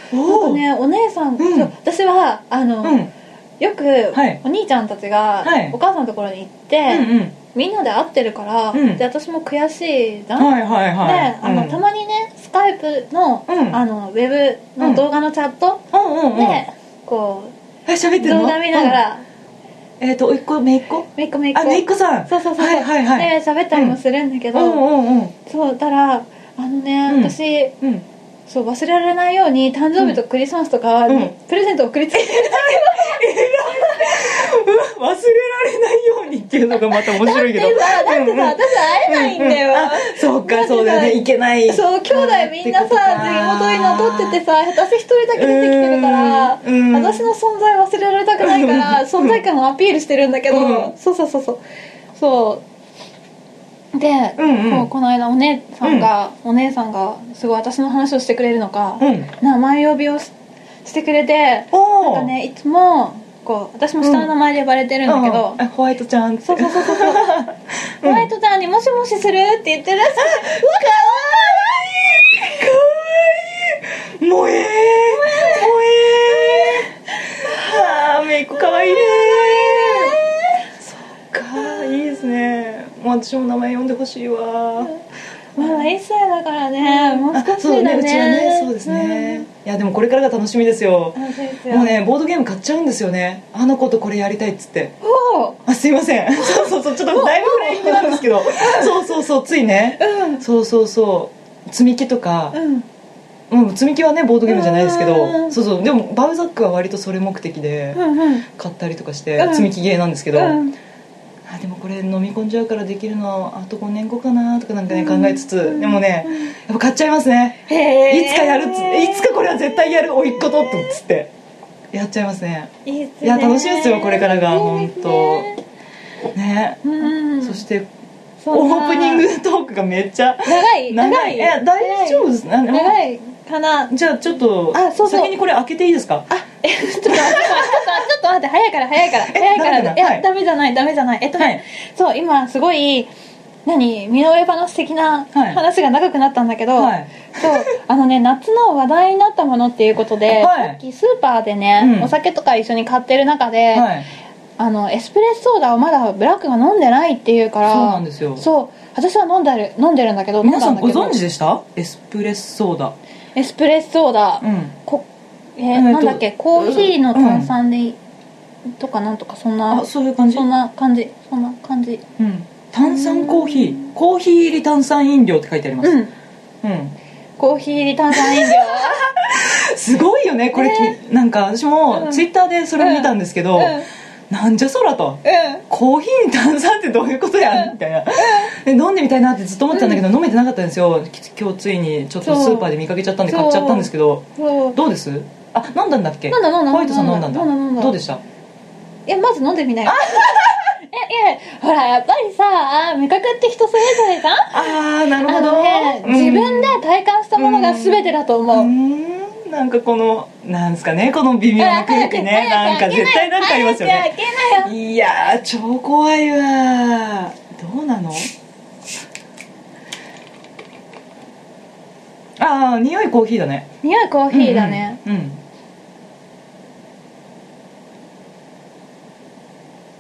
[SPEAKER 1] お
[SPEAKER 2] ねお姉さん、
[SPEAKER 1] うん
[SPEAKER 2] そう私はあの、
[SPEAKER 1] うん
[SPEAKER 2] よく、
[SPEAKER 1] はい
[SPEAKER 2] お兄ちゃんたちが、
[SPEAKER 1] はい
[SPEAKER 2] お母さんのところに行って、
[SPEAKER 1] うんうん
[SPEAKER 2] みんなで会ってるから、
[SPEAKER 1] うん
[SPEAKER 2] で私も悔しいな、
[SPEAKER 1] はいはいはい
[SPEAKER 2] であの、
[SPEAKER 1] うん
[SPEAKER 2] たまにねスカイプの,、
[SPEAKER 1] うん
[SPEAKER 2] あのウェブ
[SPEAKER 1] う
[SPEAKER 2] の
[SPEAKER 1] ん
[SPEAKER 2] 動画のチャット
[SPEAKER 1] うんうんうん
[SPEAKER 2] で、こ
[SPEAKER 1] え喋っ
[SPEAKER 2] う
[SPEAKER 1] てるの
[SPEAKER 2] 動画見ながら、
[SPEAKER 1] うんえっと甥っ子姪っ子
[SPEAKER 2] めいっ子めいっ子
[SPEAKER 1] あ姪っ子さん
[SPEAKER 2] そうそうそう、
[SPEAKER 1] はいはいはい
[SPEAKER 2] で喋ったりもするんだけ
[SPEAKER 1] う
[SPEAKER 2] ど、
[SPEAKER 1] んうんうん
[SPEAKER 2] そうたらあのね、
[SPEAKER 1] うん
[SPEAKER 2] 私
[SPEAKER 1] うん
[SPEAKER 2] そう忘れられないように誕生日とクリスマスとか、
[SPEAKER 1] うん
[SPEAKER 2] プレゼント送りつけて
[SPEAKER 1] うわ忘れられないようにっていうのがまた面白 いけど
[SPEAKER 2] だってさだってさ私会えないんだよ、
[SPEAKER 1] ううあそう
[SPEAKER 2] だっ
[SPEAKER 1] か
[SPEAKER 2] てさ
[SPEAKER 1] そうだよねいけない
[SPEAKER 2] そう兄弟みんなさ地元に残っててさ私一人だけ出てきてるから
[SPEAKER 1] うんうん
[SPEAKER 2] 私の存在忘れられたくないから
[SPEAKER 1] うん
[SPEAKER 2] 存在感をアピールしてるんだけど、
[SPEAKER 1] うん
[SPEAKER 2] そうそうそうそうそうで、
[SPEAKER 1] うんうん
[SPEAKER 2] こうこの間お姉さんが、お姉さんがすごい私の話をしてくれるのか、
[SPEAKER 1] うん
[SPEAKER 2] 名前呼びをししてくれてなん
[SPEAKER 1] お
[SPEAKER 2] か
[SPEAKER 1] お
[SPEAKER 2] ねいつもこう私も下の名前で呼ばれてるんだけど、
[SPEAKER 1] うんあホワイトちゃんって
[SPEAKER 2] そうそうそうそうそうホワイトちゃんに「もしもしする?」って言ってるらしい
[SPEAKER 1] もえーもえーあーめいっ子かわいいねそっかいいですねもう私も名前呼んでほしいわ
[SPEAKER 2] まだ1歳だからね、もう
[SPEAKER 1] あ
[SPEAKER 2] 少し
[SPEAKER 1] そう
[SPEAKER 2] だ
[SPEAKER 1] ね
[SPEAKER 2] ね
[SPEAKER 1] うちはねそうですね、いやでもこれからが楽しみですよ
[SPEAKER 2] う、んあそうですよ
[SPEAKER 1] もうねボードゲーム買っちゃうんですよねあの子とこれやりたいっつって
[SPEAKER 2] おう
[SPEAKER 1] あすいませんそうそうそうちょっとだいぶフライングなんですけどそうそうそうついね
[SPEAKER 2] うん
[SPEAKER 1] そうそうそう積み木とか、
[SPEAKER 2] うん
[SPEAKER 1] うん、積み木はねボードゲームじゃないですけ
[SPEAKER 2] う
[SPEAKER 1] ど
[SPEAKER 2] ん
[SPEAKER 1] そうそうでもバウザックは割とそれ目的で
[SPEAKER 2] うんうん
[SPEAKER 1] 買ったりとかして、
[SPEAKER 2] うん
[SPEAKER 1] 積み木ゲーなんですけど、
[SPEAKER 2] うん
[SPEAKER 1] あでもこれ飲み込んじゃうからできるのはあと5年後かなとかなんかね考
[SPEAKER 2] うん
[SPEAKER 1] えつつ、
[SPEAKER 2] うん
[SPEAKER 1] でもねやっぱ買っちゃいますね、
[SPEAKER 2] へ
[SPEAKER 1] いつかやるっついつかこれは絶対やるおいっ子とっつってやっちゃいますね
[SPEAKER 2] いいです
[SPEAKER 1] い
[SPEAKER 2] ね
[SPEAKER 1] や楽しいですよこれからが
[SPEAKER 2] いいですね
[SPEAKER 1] ね、
[SPEAKER 2] うん
[SPEAKER 1] そして
[SPEAKER 2] そんな
[SPEAKER 1] オープニングトークがめっちゃ
[SPEAKER 2] 長い
[SPEAKER 1] 長
[SPEAKER 2] 長
[SPEAKER 1] い
[SPEAKER 2] い
[SPEAKER 1] いや大丈夫ですね
[SPEAKER 2] 長い長いかな
[SPEAKER 1] じゃあちょっと
[SPEAKER 2] あそうそう
[SPEAKER 1] 先にこれ開けていいですか
[SPEAKER 2] えちょっと待って、ちょっと待って、ちょっと待って、早いから、早いから、早いか
[SPEAKER 1] ダメ
[SPEAKER 2] ら
[SPEAKER 1] だ
[SPEAKER 2] だ、いや、
[SPEAKER 1] はい
[SPEAKER 2] ダメじゃない、ダメじゃない、えっとね、
[SPEAKER 1] はい
[SPEAKER 2] そう、今すごい。何、身の上話的な
[SPEAKER 1] はい
[SPEAKER 2] 話が長くなったんだけど、
[SPEAKER 1] はい
[SPEAKER 2] そう、あのね、夏の話題になったものっていうことで、
[SPEAKER 1] はい
[SPEAKER 2] さっきスーパーでね、
[SPEAKER 1] うん
[SPEAKER 2] お酒とか一緒に買ってる中で、
[SPEAKER 1] はい
[SPEAKER 2] あの、エスプレッソーダをまだブラックが飲んでないっていうから、
[SPEAKER 1] そうなんですよ
[SPEAKER 2] そう私は飲んでる、飲んでるんだけど、
[SPEAKER 1] 皆さん
[SPEAKER 2] 飲
[SPEAKER 1] ご
[SPEAKER 2] だだ
[SPEAKER 1] 存
[SPEAKER 2] け
[SPEAKER 1] 知
[SPEAKER 2] ど
[SPEAKER 1] でしたエスプレッソーダ
[SPEAKER 2] エスプレッソーダ、
[SPEAKER 1] うん
[SPEAKER 2] こえー
[SPEAKER 1] えーと
[SPEAKER 2] なんだっけコーヒーの炭酸でいい、とかなんとかそんな
[SPEAKER 1] あそういう感じ
[SPEAKER 2] そんな感じそんな感じ
[SPEAKER 1] うん炭酸コーヒーコーヒー入り炭酸飲料って書いてあります
[SPEAKER 2] うん
[SPEAKER 1] うん
[SPEAKER 2] コーヒー入り炭酸飲料
[SPEAKER 1] すごいよねこれ、
[SPEAKER 2] ね
[SPEAKER 1] なんか私も
[SPEAKER 2] うん
[SPEAKER 1] ツイッターでそれを見たんですけど、
[SPEAKER 2] うん
[SPEAKER 1] なんじゃそらと
[SPEAKER 2] うん
[SPEAKER 1] コーヒーに炭酸ってどういうことやんみたいな、で飲んでみたいなってずっと思ってたんだけど、飲めてなかったんですよき今日ついにちょっと
[SPEAKER 2] そう
[SPEAKER 1] スーパーで見かけちゃったんで買っちゃったんですけど
[SPEAKER 2] そう
[SPEAKER 1] どうですあ飲んだんだっけ
[SPEAKER 2] 飲んだ飲んだ
[SPEAKER 1] ホワイトさん飲んだんだ
[SPEAKER 2] 飲んだ飲んだ
[SPEAKER 1] どうでした
[SPEAKER 2] えまず飲んでみ なよえいやほらやっぱりさ味覚って人それぞれさ
[SPEAKER 1] ああなる
[SPEAKER 2] あのね、自分で体感したものが全てだと思う、
[SPEAKER 1] うーんなんかこのなんですかねこの微妙な空気ねなんか絶対なんかありますよね
[SPEAKER 2] 早く開けなよ
[SPEAKER 1] いやー超怖いわーどうなのああ匂いコーヒーだね
[SPEAKER 2] 匂いコーヒーだね、
[SPEAKER 1] うんうん、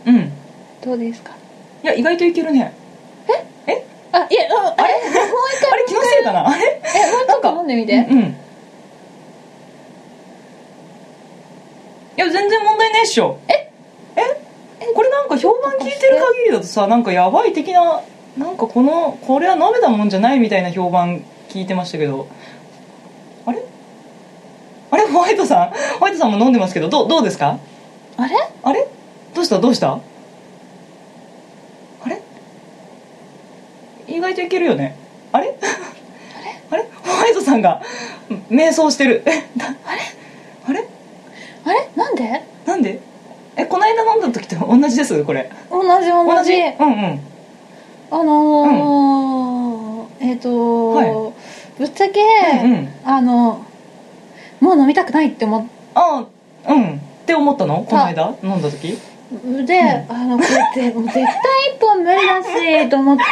[SPEAKER 1] うんうんい
[SPEAKER 2] どうですか
[SPEAKER 1] や意外といけるね
[SPEAKER 2] あいやうんあれも
[SPEAKER 1] あ
[SPEAKER 2] う一回
[SPEAKER 1] れ気のせいかなあれ
[SPEAKER 2] えもう一回飲んでみて
[SPEAKER 1] うんいや全然問題ないっしょええこれなんか評判聞いてる限りだとさなんかやばい的ななんかこのこれは舐めたもんじゃないみたいな評判聞いてましたけどあれあれホワイトさんホワイトさんも飲んでますけどどうどうですか
[SPEAKER 2] あれ
[SPEAKER 1] あれどうしたどうしたあれ意外といけるよねあれあれホワイトさんが迷走してるえなあれあれ
[SPEAKER 2] あれなんで
[SPEAKER 1] なんでえこの間飲んだ時と同じですこれ
[SPEAKER 2] 同じ同じ
[SPEAKER 1] うんうん
[SPEAKER 2] あのーえっ、とー
[SPEAKER 1] は
[SPEAKER 2] ぶっちゃけ、
[SPEAKER 1] うんうん
[SPEAKER 2] あのもう飲みたくないって思っ
[SPEAKER 1] ああうんって思ったのこの間飲んだ時
[SPEAKER 2] てで、あのこれってもう絶対一本無理だしと思って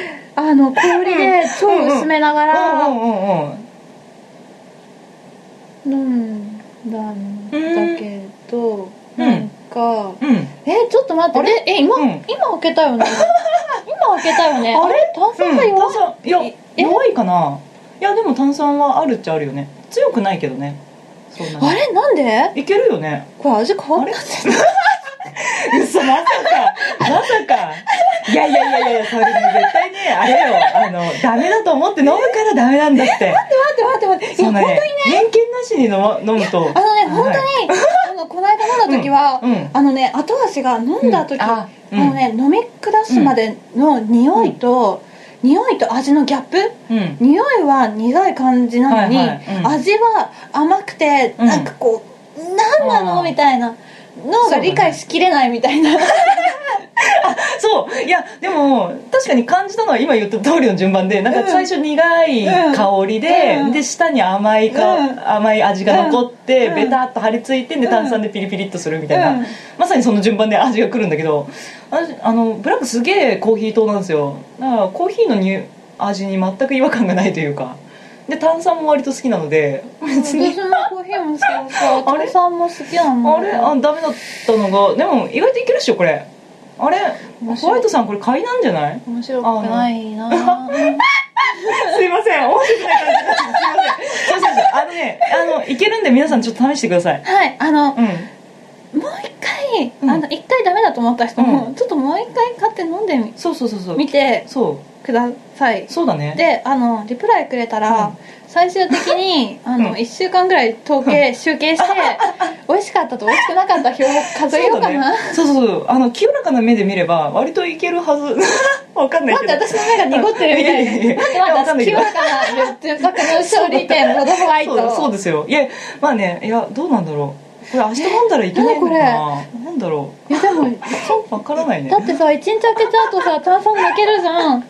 [SPEAKER 2] あの氷で超薄めながら
[SPEAKER 1] うんうんうんうん
[SPEAKER 2] 飲んだんだけど、
[SPEAKER 1] うん
[SPEAKER 2] なんか
[SPEAKER 1] うん
[SPEAKER 2] えちょっと待って
[SPEAKER 1] あれ
[SPEAKER 2] でえ今、
[SPEAKER 1] うん
[SPEAKER 2] 今開けたよね今開けたよね
[SPEAKER 1] あ
[SPEAKER 2] あ
[SPEAKER 1] れ
[SPEAKER 2] れ炭酸が
[SPEAKER 1] うん炭
[SPEAKER 2] 弱い、
[SPEAKER 1] 酸いや
[SPEAKER 2] え
[SPEAKER 1] 弱いかないやでも炭酸はあるっちゃあるよね強くないけどねそんなに
[SPEAKER 2] あれなんで
[SPEAKER 1] いけるよね
[SPEAKER 2] これ味変わ
[SPEAKER 1] あ
[SPEAKER 2] っ
[SPEAKER 1] れ
[SPEAKER 2] た
[SPEAKER 1] 嘘まさかまさかいやいやいやいやそれね絶対ねあれよあのダメだと思って飲むからダメなんだって
[SPEAKER 2] 待って待って待ってい
[SPEAKER 1] そ
[SPEAKER 2] や
[SPEAKER 1] の
[SPEAKER 2] 本当に
[SPEAKER 1] ね偏見なしに飲ま飲むと
[SPEAKER 2] あのね本当に、あのこの間飲んだ時は、
[SPEAKER 1] うんうん
[SPEAKER 2] あのね後味が飲んだ時、
[SPEAKER 1] うんあ
[SPEAKER 2] あ
[SPEAKER 1] うん
[SPEAKER 2] のね飲み下すまでの匂いと、匂いと味のギャップ
[SPEAKER 1] はいうん
[SPEAKER 2] 匂いは苦い感じなのに、
[SPEAKER 1] はいはいうん
[SPEAKER 2] 味は甘くて
[SPEAKER 1] うん
[SPEAKER 2] なんかこう、何な
[SPEAKER 1] あ
[SPEAKER 2] の
[SPEAKER 1] ー
[SPEAKER 2] みたいな脳が理解しきれないみたいな、
[SPEAKER 1] そういやでも確かに感じたのは今言った通りの順番でなんか最初苦い香りで、
[SPEAKER 2] うん
[SPEAKER 1] で下に甘いか、
[SPEAKER 2] うん
[SPEAKER 1] 甘い味が残って、
[SPEAKER 2] うん
[SPEAKER 1] ベタっと張り付いてで炭酸でピリピリっとするみたいな、
[SPEAKER 2] うん
[SPEAKER 1] まさにその順番で 味がくるんだけど私あのブラックすげえコーヒー糖なんですよだからコーヒーのに味に全く違和感がないというかで炭酸も割と好きなので別に
[SPEAKER 2] 私もコーヒーも好きだしお
[SPEAKER 1] あれ
[SPEAKER 2] 父さんも好きなの
[SPEAKER 1] あれあダメだったのがでも意外といけるっしょこれあれ
[SPEAKER 2] 面白い
[SPEAKER 1] ホワイトさんこれ買いなんじゃない
[SPEAKER 2] 面白くないなぁ
[SPEAKER 1] すいません面白くない感じになっちゃったすいませんすいませんでしたあのねあのいけるんで皆さんちょっと試してください
[SPEAKER 2] はいあの、
[SPEAKER 1] うん
[SPEAKER 2] もう一回、
[SPEAKER 1] うん
[SPEAKER 2] あの一回ダメだと思った人も、
[SPEAKER 1] うん
[SPEAKER 2] ちょっともう一回買って飲んでみ
[SPEAKER 1] そうそうそうそう
[SPEAKER 2] 見て
[SPEAKER 1] そ
[SPEAKER 2] くださいう
[SPEAKER 1] そうだね
[SPEAKER 2] であのリプライくれたら、
[SPEAKER 1] うん
[SPEAKER 2] 最終的 にあ
[SPEAKER 1] うん
[SPEAKER 2] の1週間ぐらい統計集計して美味しかったと美味しくなかった表を数えようかな
[SPEAKER 1] そうそうそうあの清らかな目で見れば割といけるはず わかんない
[SPEAKER 2] 待
[SPEAKER 1] け
[SPEAKER 2] って
[SPEAKER 1] ど
[SPEAKER 2] 私の目が濁ってるみたい
[SPEAKER 1] いやいやいや
[SPEAKER 2] で待って待
[SPEAKER 1] わかん
[SPEAKER 2] っ
[SPEAKER 1] な
[SPEAKER 2] て
[SPEAKER 1] いけど
[SPEAKER 2] 清らかな純白の勝利点ロードホワイト
[SPEAKER 1] そうだそうですよいやまあねいやどうなんだろうこれ明日飲んだらいけないのかななんだろ
[SPEAKER 2] いやでも
[SPEAKER 1] うわからないね
[SPEAKER 2] だってさ一日開けちゃうとさ炭酸抜けるじゃん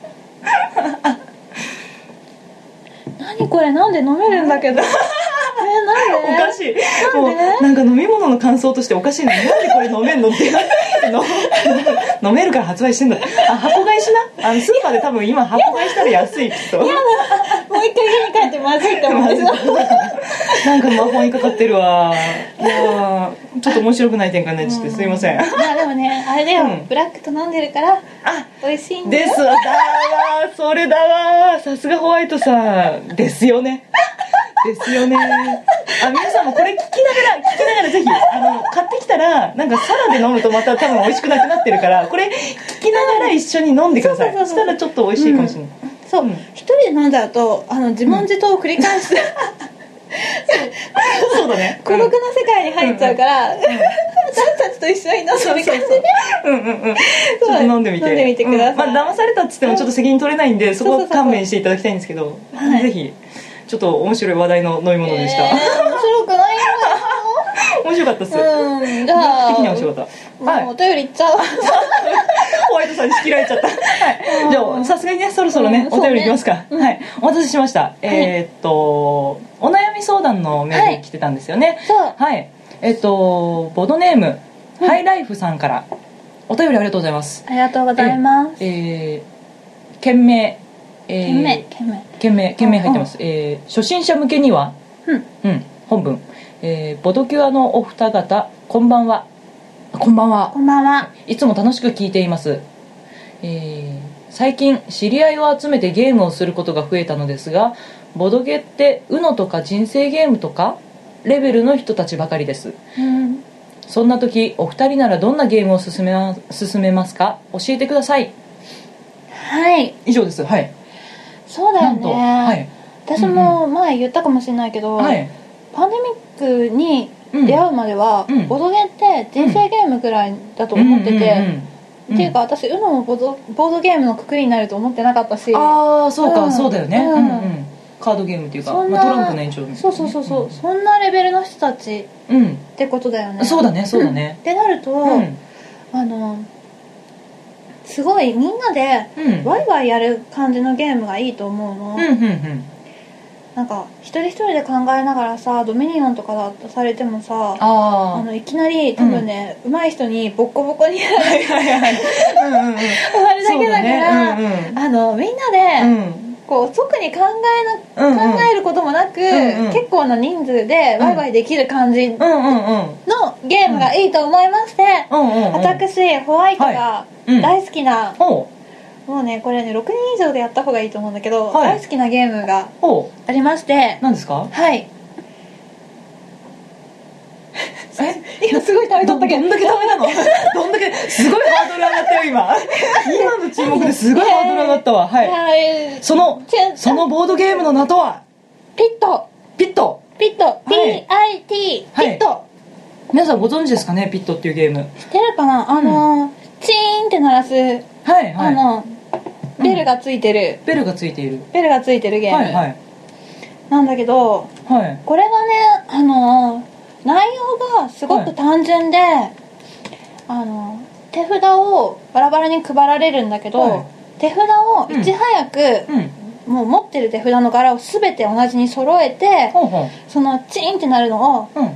[SPEAKER 2] 何これなんで飲めるんだけどえなん
[SPEAKER 1] お
[SPEAKER 2] で
[SPEAKER 1] かしい
[SPEAKER 2] ん
[SPEAKER 1] もう
[SPEAKER 2] で
[SPEAKER 1] なんか飲み物の感想としておかしいのになんでこれ飲めんのって 飲飲めるから発売してんだあ箱買いしなあのスーパーで多分今箱買いしたら安いきっと
[SPEAKER 2] もう一回家に帰ってまずいって思って
[SPEAKER 1] なんか魔法にかかってるわいやーちょっと面白くない展開になっちゃってすいませんあ
[SPEAKER 2] まあでもねあれだよ、
[SPEAKER 1] うん
[SPEAKER 2] ブラックと飲んでるから美味しいんだ
[SPEAKER 1] で
[SPEAKER 2] よ
[SPEAKER 1] すだわーそれだわーさすがホワイトさんですよねですよねあ皆さんもこれ聞きながら聞きながらぜひあの買ってきたらなんかサラで飲むとまた多分美味しくなくなってるからこれ聞きながら一緒に飲んでください
[SPEAKER 2] そう
[SPEAKER 1] そし
[SPEAKER 2] そうそうそう
[SPEAKER 1] たらちょっと美味しいかもしれない、
[SPEAKER 2] そう、
[SPEAKER 1] うん
[SPEAKER 2] 一人で飲んじゃうとあの自問自答を繰り返して、
[SPEAKER 1] そうだね
[SPEAKER 2] 孤独な世界に入っちゃうから、私たちと一緒に飲んでる感じで
[SPEAKER 1] うんうんうんちょっと飲んでみて
[SPEAKER 2] 飲んでみてください
[SPEAKER 1] うんまあ、騙されたっつってもちょっと責任取れないんでそこは勘弁していただきたいんですけど
[SPEAKER 2] はい
[SPEAKER 1] ぜひちょっと面白い話題の飲み物でした、
[SPEAKER 2] えー面白くないん
[SPEAKER 1] 面白かったっす、
[SPEAKER 2] だようんじゃあ
[SPEAKER 1] 的には面白かったはい
[SPEAKER 2] もうお便りいっちゃおう
[SPEAKER 1] ホワイトさんに仕切られちゃった。はい。じゃあ、さすがにね、そろそろね、
[SPEAKER 2] うん
[SPEAKER 1] お便りいきますか。
[SPEAKER 2] そうね
[SPEAKER 1] はい。お待たせしました。えーっと、お悩み相談のメール来てたんですよね。
[SPEAKER 2] そう
[SPEAKER 1] はい。えーっと、ボードネーム、ハイライフさんから、お便りありがとうございます。
[SPEAKER 2] ありがとうございます
[SPEAKER 1] えー、件名、えー
[SPEAKER 2] 懸命懸命
[SPEAKER 1] 件名、件名入ってます。えー、初心者向けには、
[SPEAKER 2] うん
[SPEAKER 1] うん、本文、えー、ボドキュアのお二方、こんばんは。あこんばんは
[SPEAKER 2] こ。んばんはい
[SPEAKER 1] つも楽しく聞いています、えー最近知り合いを集めてゲームをすることが増えたのですがボドゲって UNO とか人生ゲームとかレベルの人たちばかりです
[SPEAKER 2] うん
[SPEAKER 1] そんな時お二人ならどんなゲームを進めま進めますか教えてください
[SPEAKER 2] はい
[SPEAKER 1] 以上ですはい
[SPEAKER 2] そうだ
[SPEAKER 1] な
[SPEAKER 2] よ
[SPEAKER 1] んとは
[SPEAKER 2] ね
[SPEAKER 1] い
[SPEAKER 2] 私も前言ったかもしれないけど
[SPEAKER 1] はい
[SPEAKER 2] パンデミックに
[SPEAKER 1] うん
[SPEAKER 2] 出会うまでは、
[SPEAKER 1] うん
[SPEAKER 2] ボドゲって人生ゲームくらいだと思ってて、
[SPEAKER 1] うんうんうん
[SPEAKER 2] っていうか私 UNO もボドボードゲームのくくりになると思ってなかったし
[SPEAKER 1] ああそうか、
[SPEAKER 2] うん
[SPEAKER 1] そうだよね、
[SPEAKER 2] うん
[SPEAKER 1] うんうんカードゲームっていうか、
[SPEAKER 2] そんな
[SPEAKER 1] まあ、トランプの延長みたいなね
[SPEAKER 2] そうそうそうそう、そんなレベルの人たち
[SPEAKER 1] うん、
[SPEAKER 2] ってことだよ
[SPEAKER 1] う
[SPEAKER 2] ね
[SPEAKER 1] んそうだねそうだね
[SPEAKER 2] ってなると、
[SPEAKER 1] うん
[SPEAKER 2] あのすごいみんなで
[SPEAKER 1] うん
[SPEAKER 2] ワイワイやる感じのゲームがいいと思う
[SPEAKER 1] う
[SPEAKER 2] の、
[SPEAKER 1] んうんうん
[SPEAKER 2] なんか一人一人で考えながらさドミニオンとかだとされてもさあ
[SPEAKER 1] ああ
[SPEAKER 2] のいきなり多分ね、上手い人にボッコボコにやられ
[SPEAKER 1] はいはいはい。うんうんうん。
[SPEAKER 2] るだけだから
[SPEAKER 1] そうだね
[SPEAKER 2] あのみんな
[SPEAKER 1] う
[SPEAKER 2] で、
[SPEAKER 1] んうん。
[SPEAKER 2] こう特に考え
[SPEAKER 1] うんうん
[SPEAKER 2] な、考えることもなく、
[SPEAKER 1] んうん
[SPEAKER 2] 結構な人数でワイワイできる感じの
[SPEAKER 1] うんうんうん。
[SPEAKER 2] ゲームがいいと思いまして、
[SPEAKER 1] うんうんうん。
[SPEAKER 2] 私ホワイトが
[SPEAKER 1] いうん
[SPEAKER 2] 大好きな、
[SPEAKER 1] ほ
[SPEAKER 2] もうねこれね6人以上でやった方がいいと思うんだけど、
[SPEAKER 1] はい
[SPEAKER 2] 大好きなゲームが
[SPEAKER 1] うほ
[SPEAKER 2] ありまして
[SPEAKER 1] う。なんですか？
[SPEAKER 2] はい
[SPEAKER 1] え？
[SPEAKER 2] 今すごい食べと
[SPEAKER 1] ど
[SPEAKER 2] っ
[SPEAKER 1] んだ
[SPEAKER 2] たけ
[SPEAKER 1] けど
[SPEAKER 2] ど
[SPEAKER 1] んだけダメなの？どんだけすごいハードル上がったよ今。今の注目ですごいハードル上がったわ。はい。
[SPEAKER 2] はい
[SPEAKER 1] その
[SPEAKER 2] チェン
[SPEAKER 1] そのボードゲームの名とは
[SPEAKER 2] ピット
[SPEAKER 1] ピット。
[SPEAKER 2] ピット、
[SPEAKER 1] い
[SPEAKER 2] PIT ピ
[SPEAKER 1] はい
[SPEAKER 2] ット
[SPEAKER 1] 皆さんご存知ですかね？ピットっていうゲーム。
[SPEAKER 2] 知ってるかなあのー、チーンって鳴らす、
[SPEAKER 1] はい
[SPEAKER 2] あ
[SPEAKER 1] はい。
[SPEAKER 2] のベルがついてる、
[SPEAKER 1] ベルがついている。
[SPEAKER 2] ベルがついてるゲーム、
[SPEAKER 1] はいはい
[SPEAKER 2] なんだけど
[SPEAKER 1] はい。
[SPEAKER 2] これがねあのー内容がすごく単純で、あのー手札をバラバラに配られるんだけど、
[SPEAKER 1] はい
[SPEAKER 2] 手札をいち早く、
[SPEAKER 1] うん。
[SPEAKER 2] もう持ってる手札の柄を全て同じに揃えて、
[SPEAKER 1] ほうほ
[SPEAKER 2] そのチーンってなるのを
[SPEAKER 1] う。うん。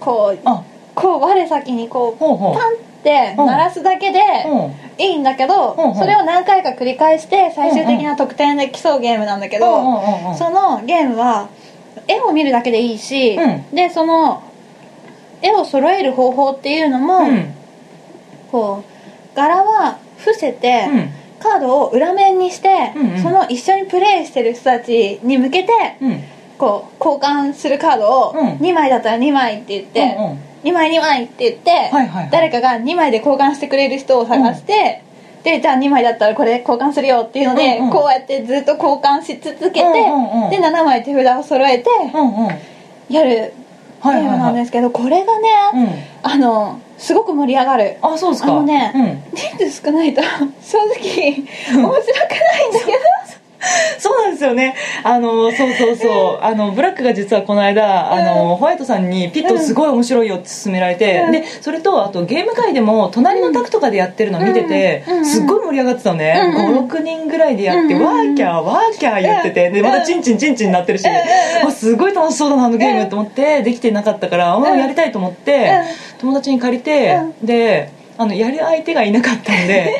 [SPEAKER 2] こう
[SPEAKER 1] あ
[SPEAKER 2] こう我先にこう
[SPEAKER 1] ほうほう。
[SPEAKER 2] パンって鳴らすだけで
[SPEAKER 1] うん。
[SPEAKER 2] いいんだけど、
[SPEAKER 1] うんうん
[SPEAKER 2] それを何回か繰り返して最終的な得点で競うゲームなんだけど、
[SPEAKER 1] うんうんうん
[SPEAKER 2] そのゲームは絵を見るだけでいいし、
[SPEAKER 1] う
[SPEAKER 2] でその絵を揃える方法っていうのも、
[SPEAKER 1] うん。
[SPEAKER 2] こう柄は伏せて、
[SPEAKER 1] うん。
[SPEAKER 2] カードを裏面にして、
[SPEAKER 1] うんうん
[SPEAKER 2] その一緒にプレイしてる人たちに向けて
[SPEAKER 1] うん
[SPEAKER 2] こう交換するカードを
[SPEAKER 1] うん
[SPEAKER 2] 2枚だったら2枚って言って、
[SPEAKER 1] うんうん
[SPEAKER 2] 2枚2枚って言って、
[SPEAKER 1] はいはいはい
[SPEAKER 2] 誰かが2枚で交換してくれる人を探して、でじゃあ2枚だったらこれ交換するよっていうので、
[SPEAKER 1] うんうん
[SPEAKER 2] こうやってずっと交換し続けて、
[SPEAKER 1] うんうんうん
[SPEAKER 2] で7枚手札を揃えて
[SPEAKER 1] うんうん
[SPEAKER 2] やるゲ
[SPEAKER 1] はい
[SPEAKER 2] ーム
[SPEAKER 1] はい
[SPEAKER 2] な
[SPEAKER 1] は
[SPEAKER 2] ん
[SPEAKER 1] い
[SPEAKER 2] ですけど、これがね、
[SPEAKER 1] う
[SPEAKER 2] あのすごく盛り上がる
[SPEAKER 1] んあそうですか
[SPEAKER 2] あのね
[SPEAKER 1] うん
[SPEAKER 2] 人数少ないと 正直面白くないんだけど
[SPEAKER 1] そうなんですよねあのそうそうそうあのブラックが実はこの間あのホワイトさんにピットすごい面白いよって勧められて
[SPEAKER 2] うん
[SPEAKER 1] でそれとあとゲーム界でも隣の卓とかでやってるの見てて
[SPEAKER 2] うんうん
[SPEAKER 1] すっごい盛り上がってたのね
[SPEAKER 2] うんうん
[SPEAKER 1] 56人ぐらいでやって
[SPEAKER 2] うんうん
[SPEAKER 1] ワーキャーワーキャー言っててでまたチンチンチンチンなってるしあすごい楽しそうだなあのゲームと思ってできてなかったからあ
[SPEAKER 2] うん
[SPEAKER 1] やりたいと思って友達に借りてであのやる相手がいなかったん で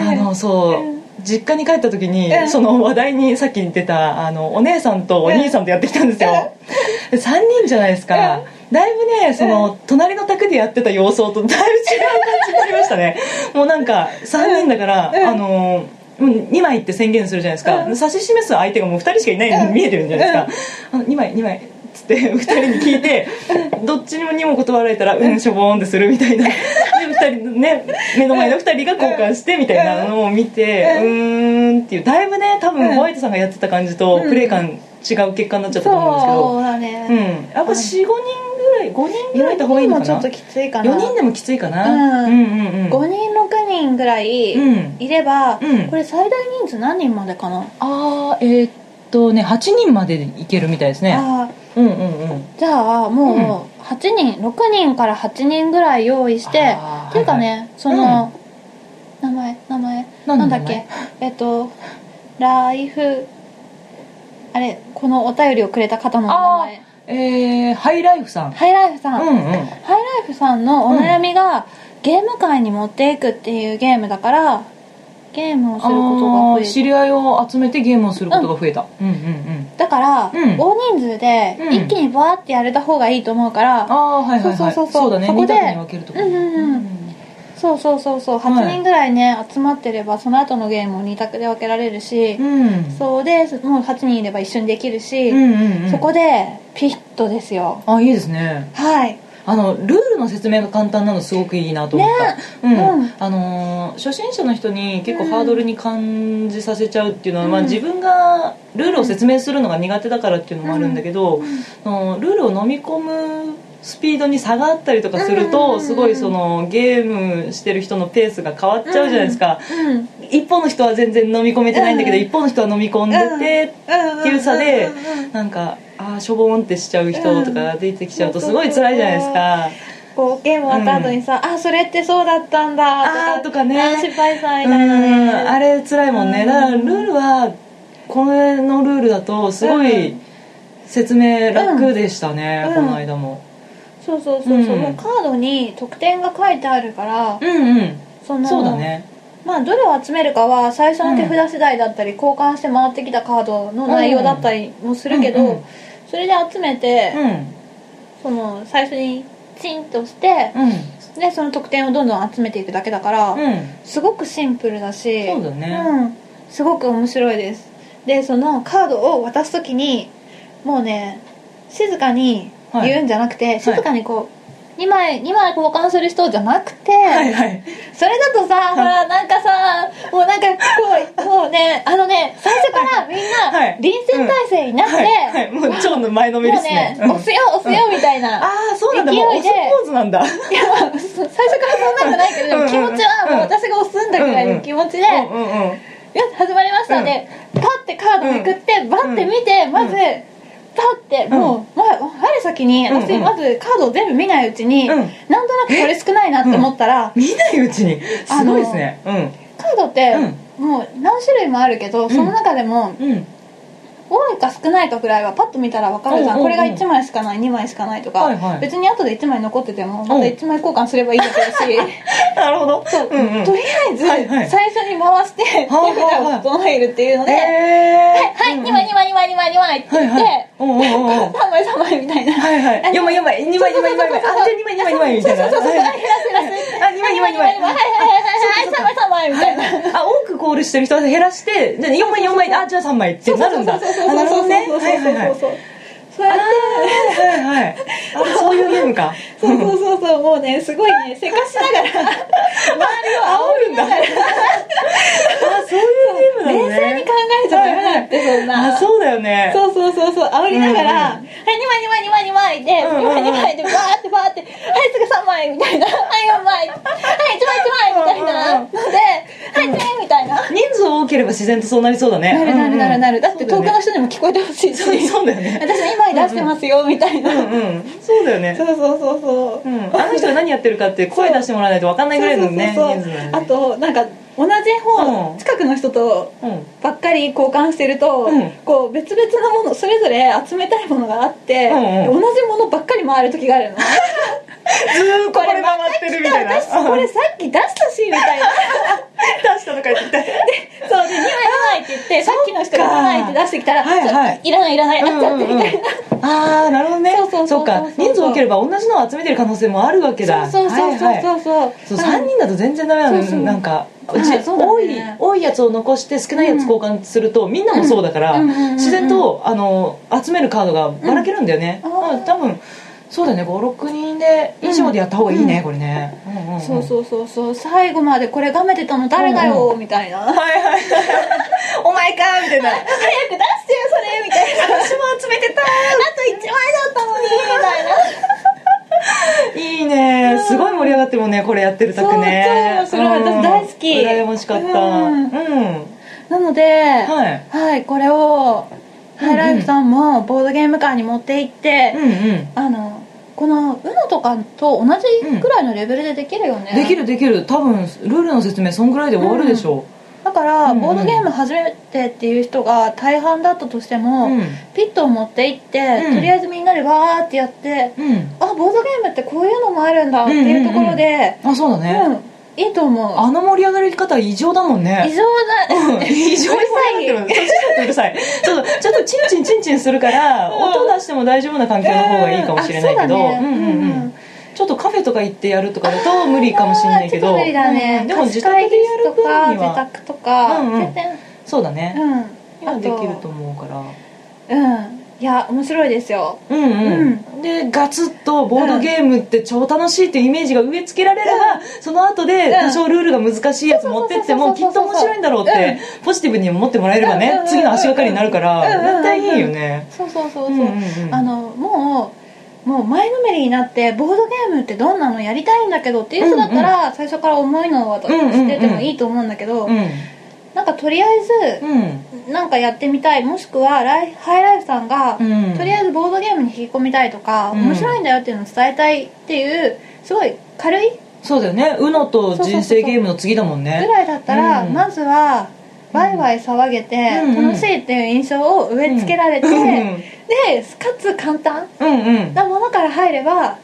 [SPEAKER 1] あのそう
[SPEAKER 2] うん
[SPEAKER 1] 実家に帰った時に
[SPEAKER 2] うん
[SPEAKER 1] その話題にさっき言ってたあのお姉さんとお兄さんとやってきたんですよ3 人じゃないですかだいぶねその隣の宅でやってた様相とだいぶ違う感じになりましたねもうなんか3人だから
[SPEAKER 2] うん
[SPEAKER 1] あの2枚って宣言するじゃないですか
[SPEAKER 2] うん
[SPEAKER 1] 指し示す相手がもう2人しかいないの
[SPEAKER 2] うん
[SPEAKER 1] に見えてるんじゃないですかあの2枚2枚っつって2人 に聞いてどっちにもにも断られたらうんしょぼーんでするみたいなで2人のね目の前の2人が交換してみたいなのを見て
[SPEAKER 2] う
[SPEAKER 1] うーんっていうだいぶね多
[SPEAKER 2] うん
[SPEAKER 1] 分ホワイトさんがやってた感じと
[SPEAKER 2] うん
[SPEAKER 1] プレイ感違う結果 になっちゃったと思うんで
[SPEAKER 2] そうだ
[SPEAKER 1] す
[SPEAKER 2] ね、
[SPEAKER 1] けどうんやっぱ45人ぐらい5人ぐらいいた方がい
[SPEAKER 2] 4
[SPEAKER 1] い
[SPEAKER 2] 人
[SPEAKER 1] の
[SPEAKER 2] も
[SPEAKER 1] か
[SPEAKER 2] ちょっ
[SPEAKER 1] な
[SPEAKER 2] ときついかな
[SPEAKER 1] 4人でもきついかなうんんう
[SPEAKER 2] う
[SPEAKER 1] んうん
[SPEAKER 2] 5人6人ぐらい
[SPEAKER 1] うん
[SPEAKER 2] いれば、
[SPEAKER 1] うん
[SPEAKER 2] これ最大人数何人までかな、
[SPEAKER 1] あーえーっとね8人までいけるみたいですね
[SPEAKER 2] あ
[SPEAKER 1] うんうんうん
[SPEAKER 2] ーじゃあもう8人、6人から8人ぐらい用意して
[SPEAKER 1] あー
[SPEAKER 2] っていうかね、
[SPEAKER 1] は
[SPEAKER 2] その、名前名前
[SPEAKER 1] 何の
[SPEAKER 2] なんだ
[SPEAKER 1] 名前
[SPEAKER 2] っけえっとライフあれこのお便りをくれた方の名前
[SPEAKER 1] えーハイライフさん
[SPEAKER 2] ハイライフさん、
[SPEAKER 1] うんうん
[SPEAKER 2] ハイライフさんのお悩みが、ゲーム界に持っていくっていうゲームだからゲームをすることが
[SPEAKER 1] あ
[SPEAKER 2] 増え
[SPEAKER 1] ー
[SPEAKER 2] る
[SPEAKER 1] 知り合いを集めてゲームをすることが増えた、うん、うんうん
[SPEAKER 2] だから、
[SPEAKER 1] うん
[SPEAKER 2] 大人数で
[SPEAKER 1] うん
[SPEAKER 2] 一気にバーってやれた方がいいと思うから、
[SPEAKER 1] ああはいはいはい
[SPEAKER 2] そうそうそうそう
[SPEAKER 1] だね
[SPEAKER 2] そこで
[SPEAKER 1] 二択に分けるとこ
[SPEAKER 2] うんうんうんそうそうそうそう
[SPEAKER 1] はい
[SPEAKER 2] 8人ぐらいね、集まってればその後のゲームを2択で分けられるし、
[SPEAKER 1] うん
[SPEAKER 2] そうでもう8人いれば一緒にできるし、
[SPEAKER 1] うんうんうん
[SPEAKER 2] そこでピッとですよ
[SPEAKER 1] あいいですね
[SPEAKER 2] はい
[SPEAKER 1] あのルールの説明が簡単なのすごくいいなと思った、
[SPEAKER 2] ね
[SPEAKER 1] うん
[SPEAKER 2] うん
[SPEAKER 1] あのー初心者の人に結
[SPEAKER 2] う
[SPEAKER 1] 構
[SPEAKER 2] ん
[SPEAKER 1] ハードルに感じさせちゃうっていうのは、まあ、
[SPEAKER 2] うん
[SPEAKER 1] 自分がルールを説明するのが苦手だからっていうのもあるんだけど、あのルールを飲み込むスピードに差があったりとかする
[SPEAKER 2] うんうんう
[SPEAKER 1] と、
[SPEAKER 2] ん
[SPEAKER 1] すごいそのゲームしてる人のペースが変わっちゃうじゃないですか、
[SPEAKER 2] うんうん
[SPEAKER 1] 一方の人は全然飲み込めてないんだけど、
[SPEAKER 2] うん
[SPEAKER 1] 一方の人は飲み込んでて、
[SPEAKER 2] って
[SPEAKER 1] いう差で
[SPEAKER 2] うんうんうん
[SPEAKER 1] なんかああしょぼんってしちゃう人とかが出てきちゃうとすごい辛いじゃないですか、
[SPEAKER 2] こうゲーム終わった後にさ、あそれってそうだったんだ
[SPEAKER 1] あーとかね
[SPEAKER 2] あー失敗さみ
[SPEAKER 1] う
[SPEAKER 2] たいなね
[SPEAKER 1] んあれ辛いもんね、
[SPEAKER 2] うん
[SPEAKER 1] だからルールはこれのルールだとすごい説明楽でしたね、
[SPEAKER 2] うん
[SPEAKER 1] この間も
[SPEAKER 2] そうそうそうそう、
[SPEAKER 1] うん
[SPEAKER 2] もうカードに得点が書いてあるから、
[SPEAKER 1] うんうん
[SPEAKER 2] その
[SPEAKER 1] そうだね
[SPEAKER 2] まあどれを集めるかは最初の手札次第だったり、交換して回ってきたカードの内容だったりもするけど、
[SPEAKER 1] うんうん
[SPEAKER 2] それで集めて、
[SPEAKER 1] う
[SPEAKER 2] その最初にチンとして、
[SPEAKER 1] んうん
[SPEAKER 2] でその得点をどんどん集めていくだけだから、
[SPEAKER 1] うん
[SPEAKER 2] すごくシンプルだし
[SPEAKER 1] そうだね
[SPEAKER 2] うん、すごく面白いですでそのカードを渡す時にもうね静かに言うんじゃなくて、静かにこう2枚2枚交換する人じゃなくて、
[SPEAKER 1] はいはい
[SPEAKER 2] それだとさ、ほら、なんかさ、もうなんか、こう、もうね、あのね、最初からみん
[SPEAKER 1] は、
[SPEAKER 2] ない臨戦態勢になって、
[SPEAKER 1] はいはいもう超の前のめり
[SPEAKER 2] も
[SPEAKER 1] で
[SPEAKER 2] う
[SPEAKER 1] す
[SPEAKER 2] ね
[SPEAKER 1] ね、
[SPEAKER 2] 押すよ、押すよ、みたいな。
[SPEAKER 1] ああそうなんだ
[SPEAKER 2] 勢い
[SPEAKER 1] も
[SPEAKER 2] で
[SPEAKER 1] うオスポーズなんだ
[SPEAKER 2] いや、最初からそんなんじゃないけど、でも気持ちはもう私が押すんだぐらいの気持ちで、よ
[SPEAKER 1] うんうんうん
[SPEAKER 2] し、始まりましたね。パッてカードめくって、バッて見て、まず、パッて、もう、ま我先に、
[SPEAKER 1] うんうん
[SPEAKER 2] 私、まずカードを全部見ないうちに、
[SPEAKER 1] う
[SPEAKER 2] なんんとなくこれ少ないなって思ったら、
[SPEAKER 1] 見ないうちにすごいですねう
[SPEAKER 2] カードって、もう何種類もあるけど、その中でも、
[SPEAKER 1] んうん
[SPEAKER 2] 多いか少ないかぐらいはパッと見たら分かるじゃん、
[SPEAKER 1] うんうんうん
[SPEAKER 2] これが1枚しかない2枚しかないとか、
[SPEAKER 1] はいはい
[SPEAKER 2] 別に後で1枚残っててもま
[SPEAKER 1] うん
[SPEAKER 2] た1枚交換すればいいだけだし、
[SPEAKER 1] なるほど
[SPEAKER 2] そう
[SPEAKER 1] うんうん
[SPEAKER 2] とりあえず
[SPEAKER 1] はいはい
[SPEAKER 2] 最初に回して手札
[SPEAKER 1] はいはいはい
[SPEAKER 2] を整えるっていうので「はい
[SPEAKER 1] えー
[SPEAKER 2] はい2枚2枚2枚2枚2枚」って言って、
[SPEAKER 1] はいはいおうおうおう
[SPEAKER 2] 3枚3枚みたいな
[SPEAKER 1] はいはい4枚4枚2枚2枚2枚2枚あじゃあ2枚2枚2枚みたいな
[SPEAKER 2] そうそうそうそう
[SPEAKER 1] はいあ2枚2枚2枚
[SPEAKER 2] はいはいはいはいはい3枚3枚みたいな
[SPEAKER 1] あ多くコールしてる人は減らしてじゃあ4枚4枚あじゃあ3枚ってなるんだあ
[SPEAKER 2] そうそうそうそう
[SPEAKER 1] なるほどねはい
[SPEAKER 2] そうそう
[SPEAKER 1] はいはい
[SPEAKER 2] そうそうそうやって
[SPEAKER 1] はいはいあそういうゲームか
[SPEAKER 2] そうそうそうそうもうねすごいねせかしながら周りを煽るんだから
[SPEAKER 1] あそういうゲームなの
[SPEAKER 2] 冷
[SPEAKER 1] ね
[SPEAKER 2] 静に考えちゃダメだってそんな
[SPEAKER 1] あそうだよね
[SPEAKER 2] そうそうそうそう煽りながら
[SPEAKER 1] うんう
[SPEAKER 2] 「はい2枚2枚2枚2枚」で「
[SPEAKER 1] うん
[SPEAKER 2] 2
[SPEAKER 1] うんう
[SPEAKER 2] 枚
[SPEAKER 1] ん
[SPEAKER 2] 2枚」でバーってバーって「はい次3枚」みたいな「はい4枚」「 はい1枚1枚」みたいな
[SPEAKER 1] うんうん
[SPEAKER 2] ので「はい全員」みたいな。
[SPEAKER 1] 人数多ければ自然とそうなりそうだね
[SPEAKER 2] なるなるなるな
[SPEAKER 1] る
[SPEAKER 2] るだって遠くの人にも聞こえてほしいし
[SPEAKER 1] そうそうだよね
[SPEAKER 2] 私2枚出してますよみたいな
[SPEAKER 1] う
[SPEAKER 2] そうん
[SPEAKER 1] うんそうだよね
[SPEAKER 2] そうそうそ
[SPEAKER 1] う
[SPEAKER 2] う
[SPEAKER 1] んあの人が何やってるかって声出してもらわないと分かんないぐらいのね
[SPEAKER 2] そう
[SPEAKER 1] 人
[SPEAKER 2] そう
[SPEAKER 1] 数
[SPEAKER 2] そう
[SPEAKER 1] だよね
[SPEAKER 2] あとなんか同じ
[SPEAKER 1] う
[SPEAKER 2] 本
[SPEAKER 1] ん
[SPEAKER 2] 近くの人と
[SPEAKER 1] うん
[SPEAKER 2] ばっかり交換してると、
[SPEAKER 1] うん
[SPEAKER 2] こう別々のものそれぞれ集めたいものがあって、
[SPEAKER 1] うんうん
[SPEAKER 2] 同じものばっかり回る時があ るの
[SPEAKER 1] ずーっとこれ回ってるみたいな
[SPEAKER 2] 私 これさっき出したしみたいな
[SPEAKER 1] 出したのか言ってきた
[SPEAKER 2] そうで2枚2枚って言って さっきの人が2枚って出してきたら「
[SPEAKER 1] はいはい
[SPEAKER 2] ちょいらないいらない」
[SPEAKER 1] うん
[SPEAKER 2] なっちゃってみたいな、
[SPEAKER 1] ああなるほどね
[SPEAKER 2] そうそうそうそう
[SPEAKER 1] っか人数多ければ同じのを集めてる可能性もあるわけだ
[SPEAKER 2] そうそうそう
[SPEAKER 1] はいはい
[SPEAKER 2] そうそう
[SPEAKER 1] そう
[SPEAKER 2] あ
[SPEAKER 1] 3人だと全然ダメなの
[SPEAKER 2] そうそう
[SPEAKER 1] なんか
[SPEAKER 2] はい
[SPEAKER 1] じ
[SPEAKER 2] そうだね
[SPEAKER 1] 多い多いやつを残して少ないやつ交換するとみんなもそうだから
[SPEAKER 2] うんうんうんうんうん
[SPEAKER 1] 自然とあの集めるカードがばらけるんだよね
[SPEAKER 2] うんあー
[SPEAKER 1] うん多分そうだね56人で以上でやった方がいいねこれねうんうんうん
[SPEAKER 2] そうそうそうそう最後までこれがめてたの誰だよ、
[SPEAKER 1] う
[SPEAKER 2] みたいな早く
[SPEAKER 1] はいはいお前かみたいな
[SPEAKER 2] 出してよそれみたいなあと
[SPEAKER 1] 私も集めてた
[SPEAKER 2] 1枚だったのにみたいない
[SPEAKER 1] いねすごい盛り上がってるもんねこれやってるたくね
[SPEAKER 2] そう超面白い私大好き
[SPEAKER 1] 羨ましかったう
[SPEAKER 2] うんんなので、は
[SPEAKER 1] はい
[SPEAKER 2] い、これをハイライフさんもボードゲーム館に持って行って、
[SPEAKER 1] うんうん
[SPEAKER 2] あのこの UNO とかと同じくらいのレベルでできるよね、
[SPEAKER 1] できるできる多分ルールの説明そんぐらいで終わるでしょ
[SPEAKER 2] だから、
[SPEAKER 1] うんうん
[SPEAKER 2] ボードゲーム初めてっていう人が大半だったとして
[SPEAKER 1] う
[SPEAKER 2] も、
[SPEAKER 1] うん
[SPEAKER 2] ピットを持って行って、
[SPEAKER 1] うん
[SPEAKER 2] とりあえずみんなでわーってやって
[SPEAKER 1] うん
[SPEAKER 2] あボードゲームってこういうのもあるんだっていうところで
[SPEAKER 1] あそうだ
[SPEAKER 2] うん
[SPEAKER 1] ね
[SPEAKER 2] いいと思う
[SPEAKER 1] あの盛り上がり方異常だもん
[SPEAKER 2] 異
[SPEAKER 1] ね
[SPEAKER 2] 常だ、
[SPEAKER 1] うん異常に盛り上がってるちょっとうるさいちょっとちょっとチンチンチンチンするから
[SPEAKER 2] うん
[SPEAKER 1] 音出しても大丈夫な環境の方がいいかもしれないけど
[SPEAKER 2] うんあそうだね
[SPEAKER 1] うんうん
[SPEAKER 2] う
[SPEAKER 1] うんんちょっとカフェとか行ってやるとかだと無理かもしれないけ
[SPEAKER 2] ちょっ
[SPEAKER 1] ど
[SPEAKER 2] と無理だね、
[SPEAKER 1] うんでも
[SPEAKER 2] 貸
[SPEAKER 1] 自
[SPEAKER 2] し会
[SPEAKER 1] 宅
[SPEAKER 2] 議
[SPEAKER 1] でや
[SPEAKER 2] 室
[SPEAKER 1] る
[SPEAKER 2] と
[SPEAKER 1] 分
[SPEAKER 2] か
[SPEAKER 1] には
[SPEAKER 2] 自宅とか、
[SPEAKER 1] うんうん
[SPEAKER 2] 全然
[SPEAKER 1] そうだね
[SPEAKER 2] うん
[SPEAKER 1] 今
[SPEAKER 2] あ
[SPEAKER 1] で
[SPEAKER 2] と
[SPEAKER 1] きると思うから
[SPEAKER 2] うんいや面白いですよ
[SPEAKER 1] うんうん、でガツッとボードゲームって超楽しいっていうイメージが植え付けられれば、その後で多少ルールが難しいやつ持ってって
[SPEAKER 2] う
[SPEAKER 1] も
[SPEAKER 2] ん
[SPEAKER 1] きっと面白いんだろうってポジティブに思ってもらえれば
[SPEAKER 2] うんうん
[SPEAKER 1] ね
[SPEAKER 2] うん
[SPEAKER 1] 次の足がかりになるから
[SPEAKER 2] うんうんう
[SPEAKER 1] 絶
[SPEAKER 2] ん
[SPEAKER 1] 対いいよね。
[SPEAKER 2] そうそうそうそう、
[SPEAKER 1] うんうんうん
[SPEAKER 2] あのもうもう前のめりになってボードゲームってどんなのやりたいんだけどっていう人だったら、最初から重いのを渡しててもいいと思うんだけど、
[SPEAKER 1] うん
[SPEAKER 2] なんかとりあえ
[SPEAKER 1] うん
[SPEAKER 2] ず、なんかやってみたいもしくはライハイライフさんが、
[SPEAKER 1] うん
[SPEAKER 2] とりあえずボードゲームに引き込みたいとか、
[SPEAKER 1] うん
[SPEAKER 2] 面白いんだよっていうのを伝えたいっていうすごい軽い
[SPEAKER 1] そうだよね UNO と人生ゲームの次だもん
[SPEAKER 2] ぐ
[SPEAKER 1] ね。
[SPEAKER 2] らいだったら、
[SPEAKER 1] うん
[SPEAKER 2] まずはワイワイ騒げて、
[SPEAKER 1] うん
[SPEAKER 2] 楽しいっていう印象を植え付けられて、
[SPEAKER 1] うん
[SPEAKER 2] でかつ簡単
[SPEAKER 1] うんうん
[SPEAKER 2] なものから入れば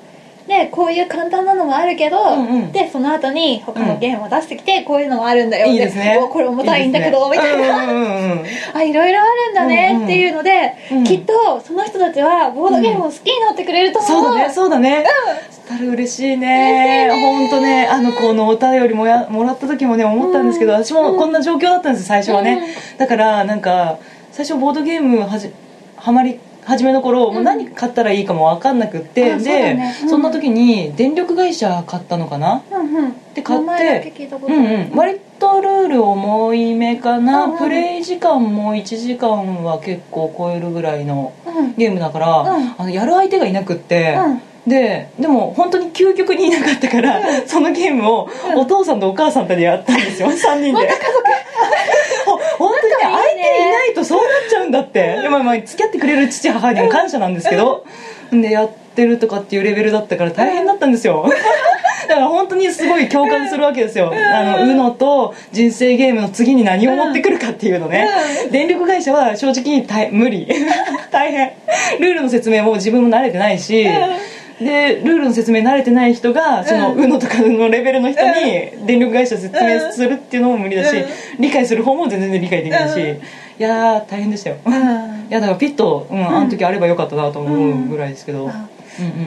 [SPEAKER 2] でこういう簡単なのもあるけど、
[SPEAKER 1] うんうん
[SPEAKER 2] でその後に他のゲームを出してきて、こういうのもあるんだよ
[SPEAKER 1] いいですね
[SPEAKER 2] おこれ重たいんだけど
[SPEAKER 1] い
[SPEAKER 2] み
[SPEAKER 1] いです
[SPEAKER 2] たい
[SPEAKER 1] ね
[SPEAKER 2] な、
[SPEAKER 1] うんうんうん
[SPEAKER 2] あいろいろあるんだ
[SPEAKER 1] うん
[SPEAKER 2] ね
[SPEAKER 1] うん
[SPEAKER 2] っていうので、
[SPEAKER 1] うん
[SPEAKER 2] きっとその人たちはボードゲームを好きになってくれると
[SPEAKER 1] そ
[SPEAKER 2] 思う、
[SPEAKER 1] うだねそうだね、したら嬉しいね本当ねあのこのお便りもやもらった時もね思ったんですけど、
[SPEAKER 2] うん
[SPEAKER 1] 私もこんな状況だったんです最初はね、だからなんか最初ボードゲームはじはまり初めの頃、もう何買ったらいいかも分かんなくって、
[SPEAKER 2] あ
[SPEAKER 1] で
[SPEAKER 2] そうだねうん
[SPEAKER 1] そんな時に電力会社買ったのかな
[SPEAKER 2] うんうん
[SPEAKER 1] で買って
[SPEAKER 2] 名前だけ聞いたこと
[SPEAKER 1] う
[SPEAKER 2] ある
[SPEAKER 1] んうん、割とルール重いめかな、
[SPEAKER 2] うんうん
[SPEAKER 1] プレイ時間も1時間は結構超えるぐらいの
[SPEAKER 2] うん
[SPEAKER 1] ゲームだから、
[SPEAKER 2] うん
[SPEAKER 1] あのやる相手がいなくって、
[SPEAKER 2] うん
[SPEAKER 1] ででも本当に究極にいなかったから、そのゲームを
[SPEAKER 2] うん
[SPEAKER 1] お父さんとお母さんとでやったんです よ、3人で ほ本当にね
[SPEAKER 2] 仲
[SPEAKER 1] 相手
[SPEAKER 2] いい
[SPEAKER 1] い
[SPEAKER 2] ね
[SPEAKER 1] ないとそうなっちゃうんだって、でもまあ付き合ってくれる父母にも感謝なんですけど、でやってるとかっていうレベルだったから大変だったんですよ、 だから本当にすごい共感するわけですよ、あの UNO と人生ゲームの次に何を持ってくるかっていうのね、 電力会社は 正直大無理大変ルールの説明も自分も慣れてないし、でルールの説明慣れてない人がその、
[SPEAKER 2] うん
[SPEAKER 1] UNO とかのレベルの人に電力会社説明するっていうのも無理だし、
[SPEAKER 2] う
[SPEAKER 1] 理解する方も全然理解できないし、
[SPEAKER 2] うん
[SPEAKER 1] いやー大変でしたよ、
[SPEAKER 2] う
[SPEAKER 1] い
[SPEAKER 2] ん
[SPEAKER 1] やだからピット、うん、あの時あればよかったなと思うぐらいですけど、うんうん
[SPEAKER 2] あ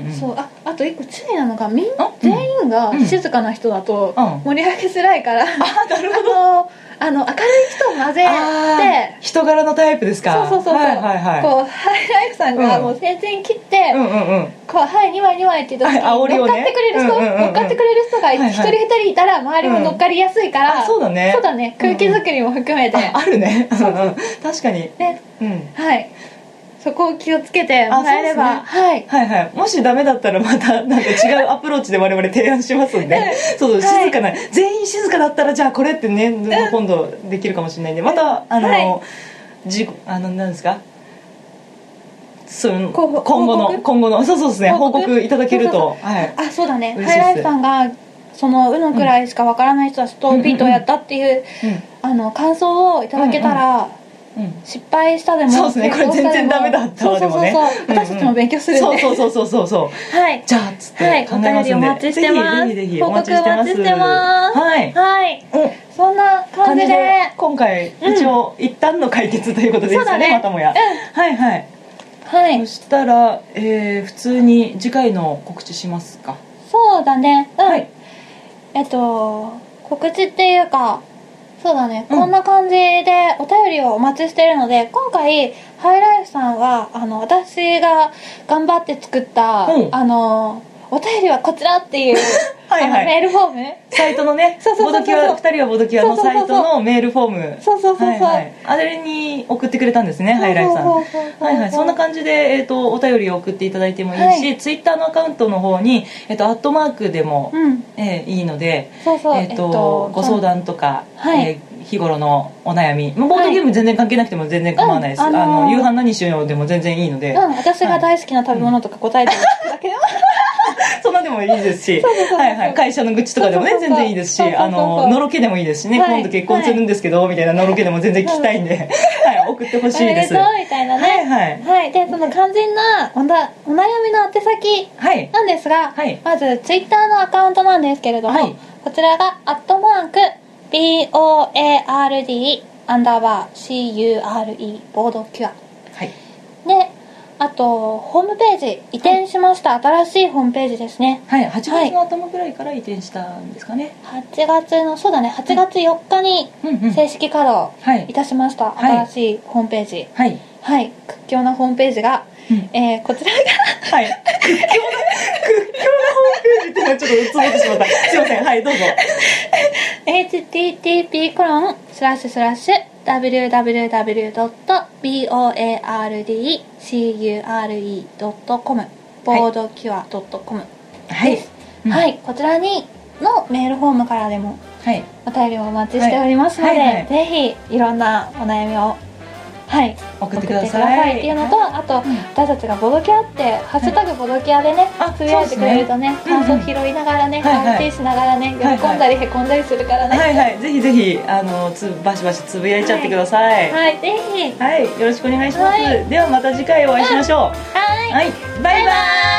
[SPEAKER 1] うん、
[SPEAKER 2] そうああと一個注意なのがみん
[SPEAKER 1] あうん
[SPEAKER 2] 全員が
[SPEAKER 1] うん
[SPEAKER 2] 静かな人だと
[SPEAKER 1] うん
[SPEAKER 2] 盛り上げづらいから、
[SPEAKER 1] あなるほど
[SPEAKER 2] あのあの明るい人を混ぜ
[SPEAKER 1] あー
[SPEAKER 2] て
[SPEAKER 1] 人柄のタイプです
[SPEAKER 2] そ
[SPEAKER 1] か
[SPEAKER 2] うそうそうそう、
[SPEAKER 1] はいはいはい
[SPEAKER 2] こうハイライフさん
[SPEAKER 1] う
[SPEAKER 2] が
[SPEAKER 1] ん
[SPEAKER 2] もう全然切って、
[SPEAKER 1] うんうんうん
[SPEAKER 2] こう「はい2枚2枚」って言った時に
[SPEAKER 1] はい煽り
[SPEAKER 2] 乗
[SPEAKER 1] を
[SPEAKER 2] っ
[SPEAKER 1] ね
[SPEAKER 2] かってくれる人、
[SPEAKER 1] うんうんうんうん
[SPEAKER 2] 乗っかってくれる人が
[SPEAKER 1] いはい
[SPEAKER 2] 一人二人いたら周りも乗っかりやすいから、
[SPEAKER 1] あそうだね
[SPEAKER 2] そうだね空気作りも含めて、
[SPEAKER 1] ああるねうんうん確かに
[SPEAKER 2] ね
[SPEAKER 1] うん
[SPEAKER 2] はいそこを気をつけてもらえれば、
[SPEAKER 1] あ
[SPEAKER 2] はい
[SPEAKER 1] はいはいもしダメだったらま たなんか違うアプローチで我々提案しますんでそうそう
[SPEAKER 2] はい
[SPEAKER 1] 静かな、全員静かだったらじゃあこれってね今度できるかもしれないんでまたあの、
[SPEAKER 2] は
[SPEAKER 1] 事故あのなんですかその
[SPEAKER 2] こう
[SPEAKER 1] 今後
[SPEAKER 2] 報
[SPEAKER 1] の
[SPEAKER 2] 告
[SPEAKER 1] 今後のそうそうですね報
[SPEAKER 2] 報告
[SPEAKER 1] 告いただける
[SPEAKER 2] そ
[SPEAKER 1] とはい
[SPEAKER 2] あそうだね
[SPEAKER 1] 嬉しいです
[SPEAKER 2] ハイライフさんがその「うのくらいしかわからない人たちと
[SPEAKER 1] うん
[SPEAKER 2] ピートをやった」っていう、あの感想をいただけたら、
[SPEAKER 1] うん、うん
[SPEAKER 2] 失敗したでも
[SPEAKER 1] そうですねこれ
[SPEAKER 2] 成功したで
[SPEAKER 1] 全然
[SPEAKER 2] も
[SPEAKER 1] ダメだった
[SPEAKER 2] そう
[SPEAKER 1] わ
[SPEAKER 2] そうそうそう、
[SPEAKER 1] でもねうんうん
[SPEAKER 2] 私たちも勉強するんで
[SPEAKER 1] そうそうそうそうそうそう
[SPEAKER 2] はい
[SPEAKER 1] じゃあつって
[SPEAKER 2] はい
[SPEAKER 1] 考えますんで、
[SPEAKER 2] お便りお待ちしてます
[SPEAKER 1] ぜひぜひぜひ
[SPEAKER 2] 報告お待ちしてます
[SPEAKER 1] はい、
[SPEAKER 2] はい
[SPEAKER 1] うん
[SPEAKER 2] そんな感じで
[SPEAKER 1] 今回
[SPEAKER 2] うん
[SPEAKER 1] 一応一旦の解決ということです
[SPEAKER 2] そう
[SPEAKER 1] よ
[SPEAKER 2] だ
[SPEAKER 1] ね,、
[SPEAKER 2] ね
[SPEAKER 1] またもや、
[SPEAKER 2] う
[SPEAKER 1] はいはい、
[SPEAKER 2] んはい
[SPEAKER 1] そしたら、えー普通に次回の告知しますか
[SPEAKER 2] そうだねうん、
[SPEAKER 1] はい
[SPEAKER 2] えっと告知っていうかそうだね、
[SPEAKER 1] うん
[SPEAKER 2] こんな感じでお便りをお待ちしてるので今回ハイライフさんはあの私が頑張って作った、
[SPEAKER 1] うん
[SPEAKER 2] あのお便りはこちらっていう
[SPEAKER 1] はい
[SPEAKER 2] あのメールフォーム
[SPEAKER 1] サイトのね
[SPEAKER 2] そうそうそうそう
[SPEAKER 1] ボドキュア2人はボドキュアの
[SPEAKER 2] そうそう
[SPEAKER 1] サ
[SPEAKER 2] そうそ
[SPEAKER 1] イ
[SPEAKER 2] う
[SPEAKER 1] トのメールフォーム
[SPEAKER 2] そうそうそうそう、
[SPEAKER 1] はいはい、あれに送ってくれたんですねハイライフさん
[SPEAKER 2] そうそうそうそう
[SPEAKER 1] はいはい、そんな感じで、えー、とお便りを送っていただいてもいいし、
[SPEAKER 2] はい
[SPEAKER 1] ツイッターのアカウントの方に、えー、とアットマークでも、
[SPEAKER 2] うん
[SPEAKER 1] えーいいので、
[SPEAKER 2] そうそう
[SPEAKER 1] えっとご相談とか、
[SPEAKER 2] はい
[SPEAKER 1] えー日頃のお悩みもうボードゲーム全然関係なくても全然構わないです、
[SPEAKER 2] うん
[SPEAKER 1] あ
[SPEAKER 2] あのー
[SPEAKER 1] の夕飯何しようでも全然いいので、
[SPEAKER 2] うん、私が大好きな食べ物とか答えてるだけでも、
[SPEAKER 1] そんなでもいいですし
[SPEAKER 2] そうそうそう
[SPEAKER 1] はいはい、会社の愚痴とかでもね
[SPEAKER 2] そうそうそう
[SPEAKER 1] 全然いいですし
[SPEAKER 2] そうそうそう
[SPEAKER 1] あののろけでもいいですしね、
[SPEAKER 2] はい
[SPEAKER 1] 今度結婚するんですけど、みたいなのろけでも全然聞きたいんで、はい、送ってほしい
[SPEAKER 2] おめ
[SPEAKER 1] で
[SPEAKER 2] ですとう
[SPEAKER 1] はい
[SPEAKER 2] みたいなね、
[SPEAKER 1] はい
[SPEAKER 2] はい、でその肝心なおなお悩みの宛先
[SPEAKER 1] はい
[SPEAKER 2] なんですが、
[SPEAKER 1] はい
[SPEAKER 2] まずツイッターのアカウントなんですけれども、
[SPEAKER 1] はい
[SPEAKER 2] こちらが「アットマーク BOARD アンダーバー CURE ボードキュア」
[SPEAKER 1] はい
[SPEAKER 2] であとホームページ移転しました、新しいホームページですね
[SPEAKER 1] はい、8月の頭ぐらいから移転したんですかね、
[SPEAKER 2] 8月のそうだね8月4日に
[SPEAKER 1] うんうん
[SPEAKER 2] 正式稼働
[SPEAKER 1] はい
[SPEAKER 2] いたしました、
[SPEAKER 1] はい
[SPEAKER 2] 新しいホームページ
[SPEAKER 1] はい、
[SPEAKER 2] はい屈強なホームページが、
[SPEAKER 1] うん
[SPEAKER 2] えーこちらが
[SPEAKER 1] はい。屈強な、屈強なホームページっていうのはちょっとつぼってしまった。すいません。はい、どうぞ。
[SPEAKER 2] http コロンスラッシュスラッシュ www.boardcure.com ボードキュア .com
[SPEAKER 1] はい。うん
[SPEAKER 2] はい、こちらにのメールフォームからでも
[SPEAKER 1] はい。
[SPEAKER 2] お便りをお待ちしておりますので、
[SPEAKER 1] はいはいはい
[SPEAKER 2] ぜひいろんなお悩みをはい
[SPEAKER 1] 送
[SPEAKER 2] 送
[SPEAKER 1] っ
[SPEAKER 2] っ
[SPEAKER 1] く
[SPEAKER 2] ててく
[SPEAKER 1] だ
[SPEAKER 2] だ
[SPEAKER 1] さい。
[SPEAKER 2] さいっていうのとあと
[SPEAKER 1] うん
[SPEAKER 2] 私たちがボドキャって「ハッシュタグボドキャ」でね
[SPEAKER 1] あ
[SPEAKER 2] つぶやいてくれるとね
[SPEAKER 1] そうですね
[SPEAKER 2] 感想拾いながらね
[SPEAKER 1] うんうんはいはい
[SPEAKER 2] 反省しながらね
[SPEAKER 1] はいはい
[SPEAKER 2] 喜んだりへこんだりするからね
[SPEAKER 1] はいはい。ぜひぜひ、あの、つ、バシバシつぶやいちゃってください。はい。
[SPEAKER 2] はい、ぜひ。
[SPEAKER 1] よろしくお願いします。
[SPEAKER 2] はい
[SPEAKER 1] ではまた次回お会いしましょう。
[SPEAKER 2] は
[SPEAKER 1] は
[SPEAKER 2] い。
[SPEAKER 1] い。バイバイ。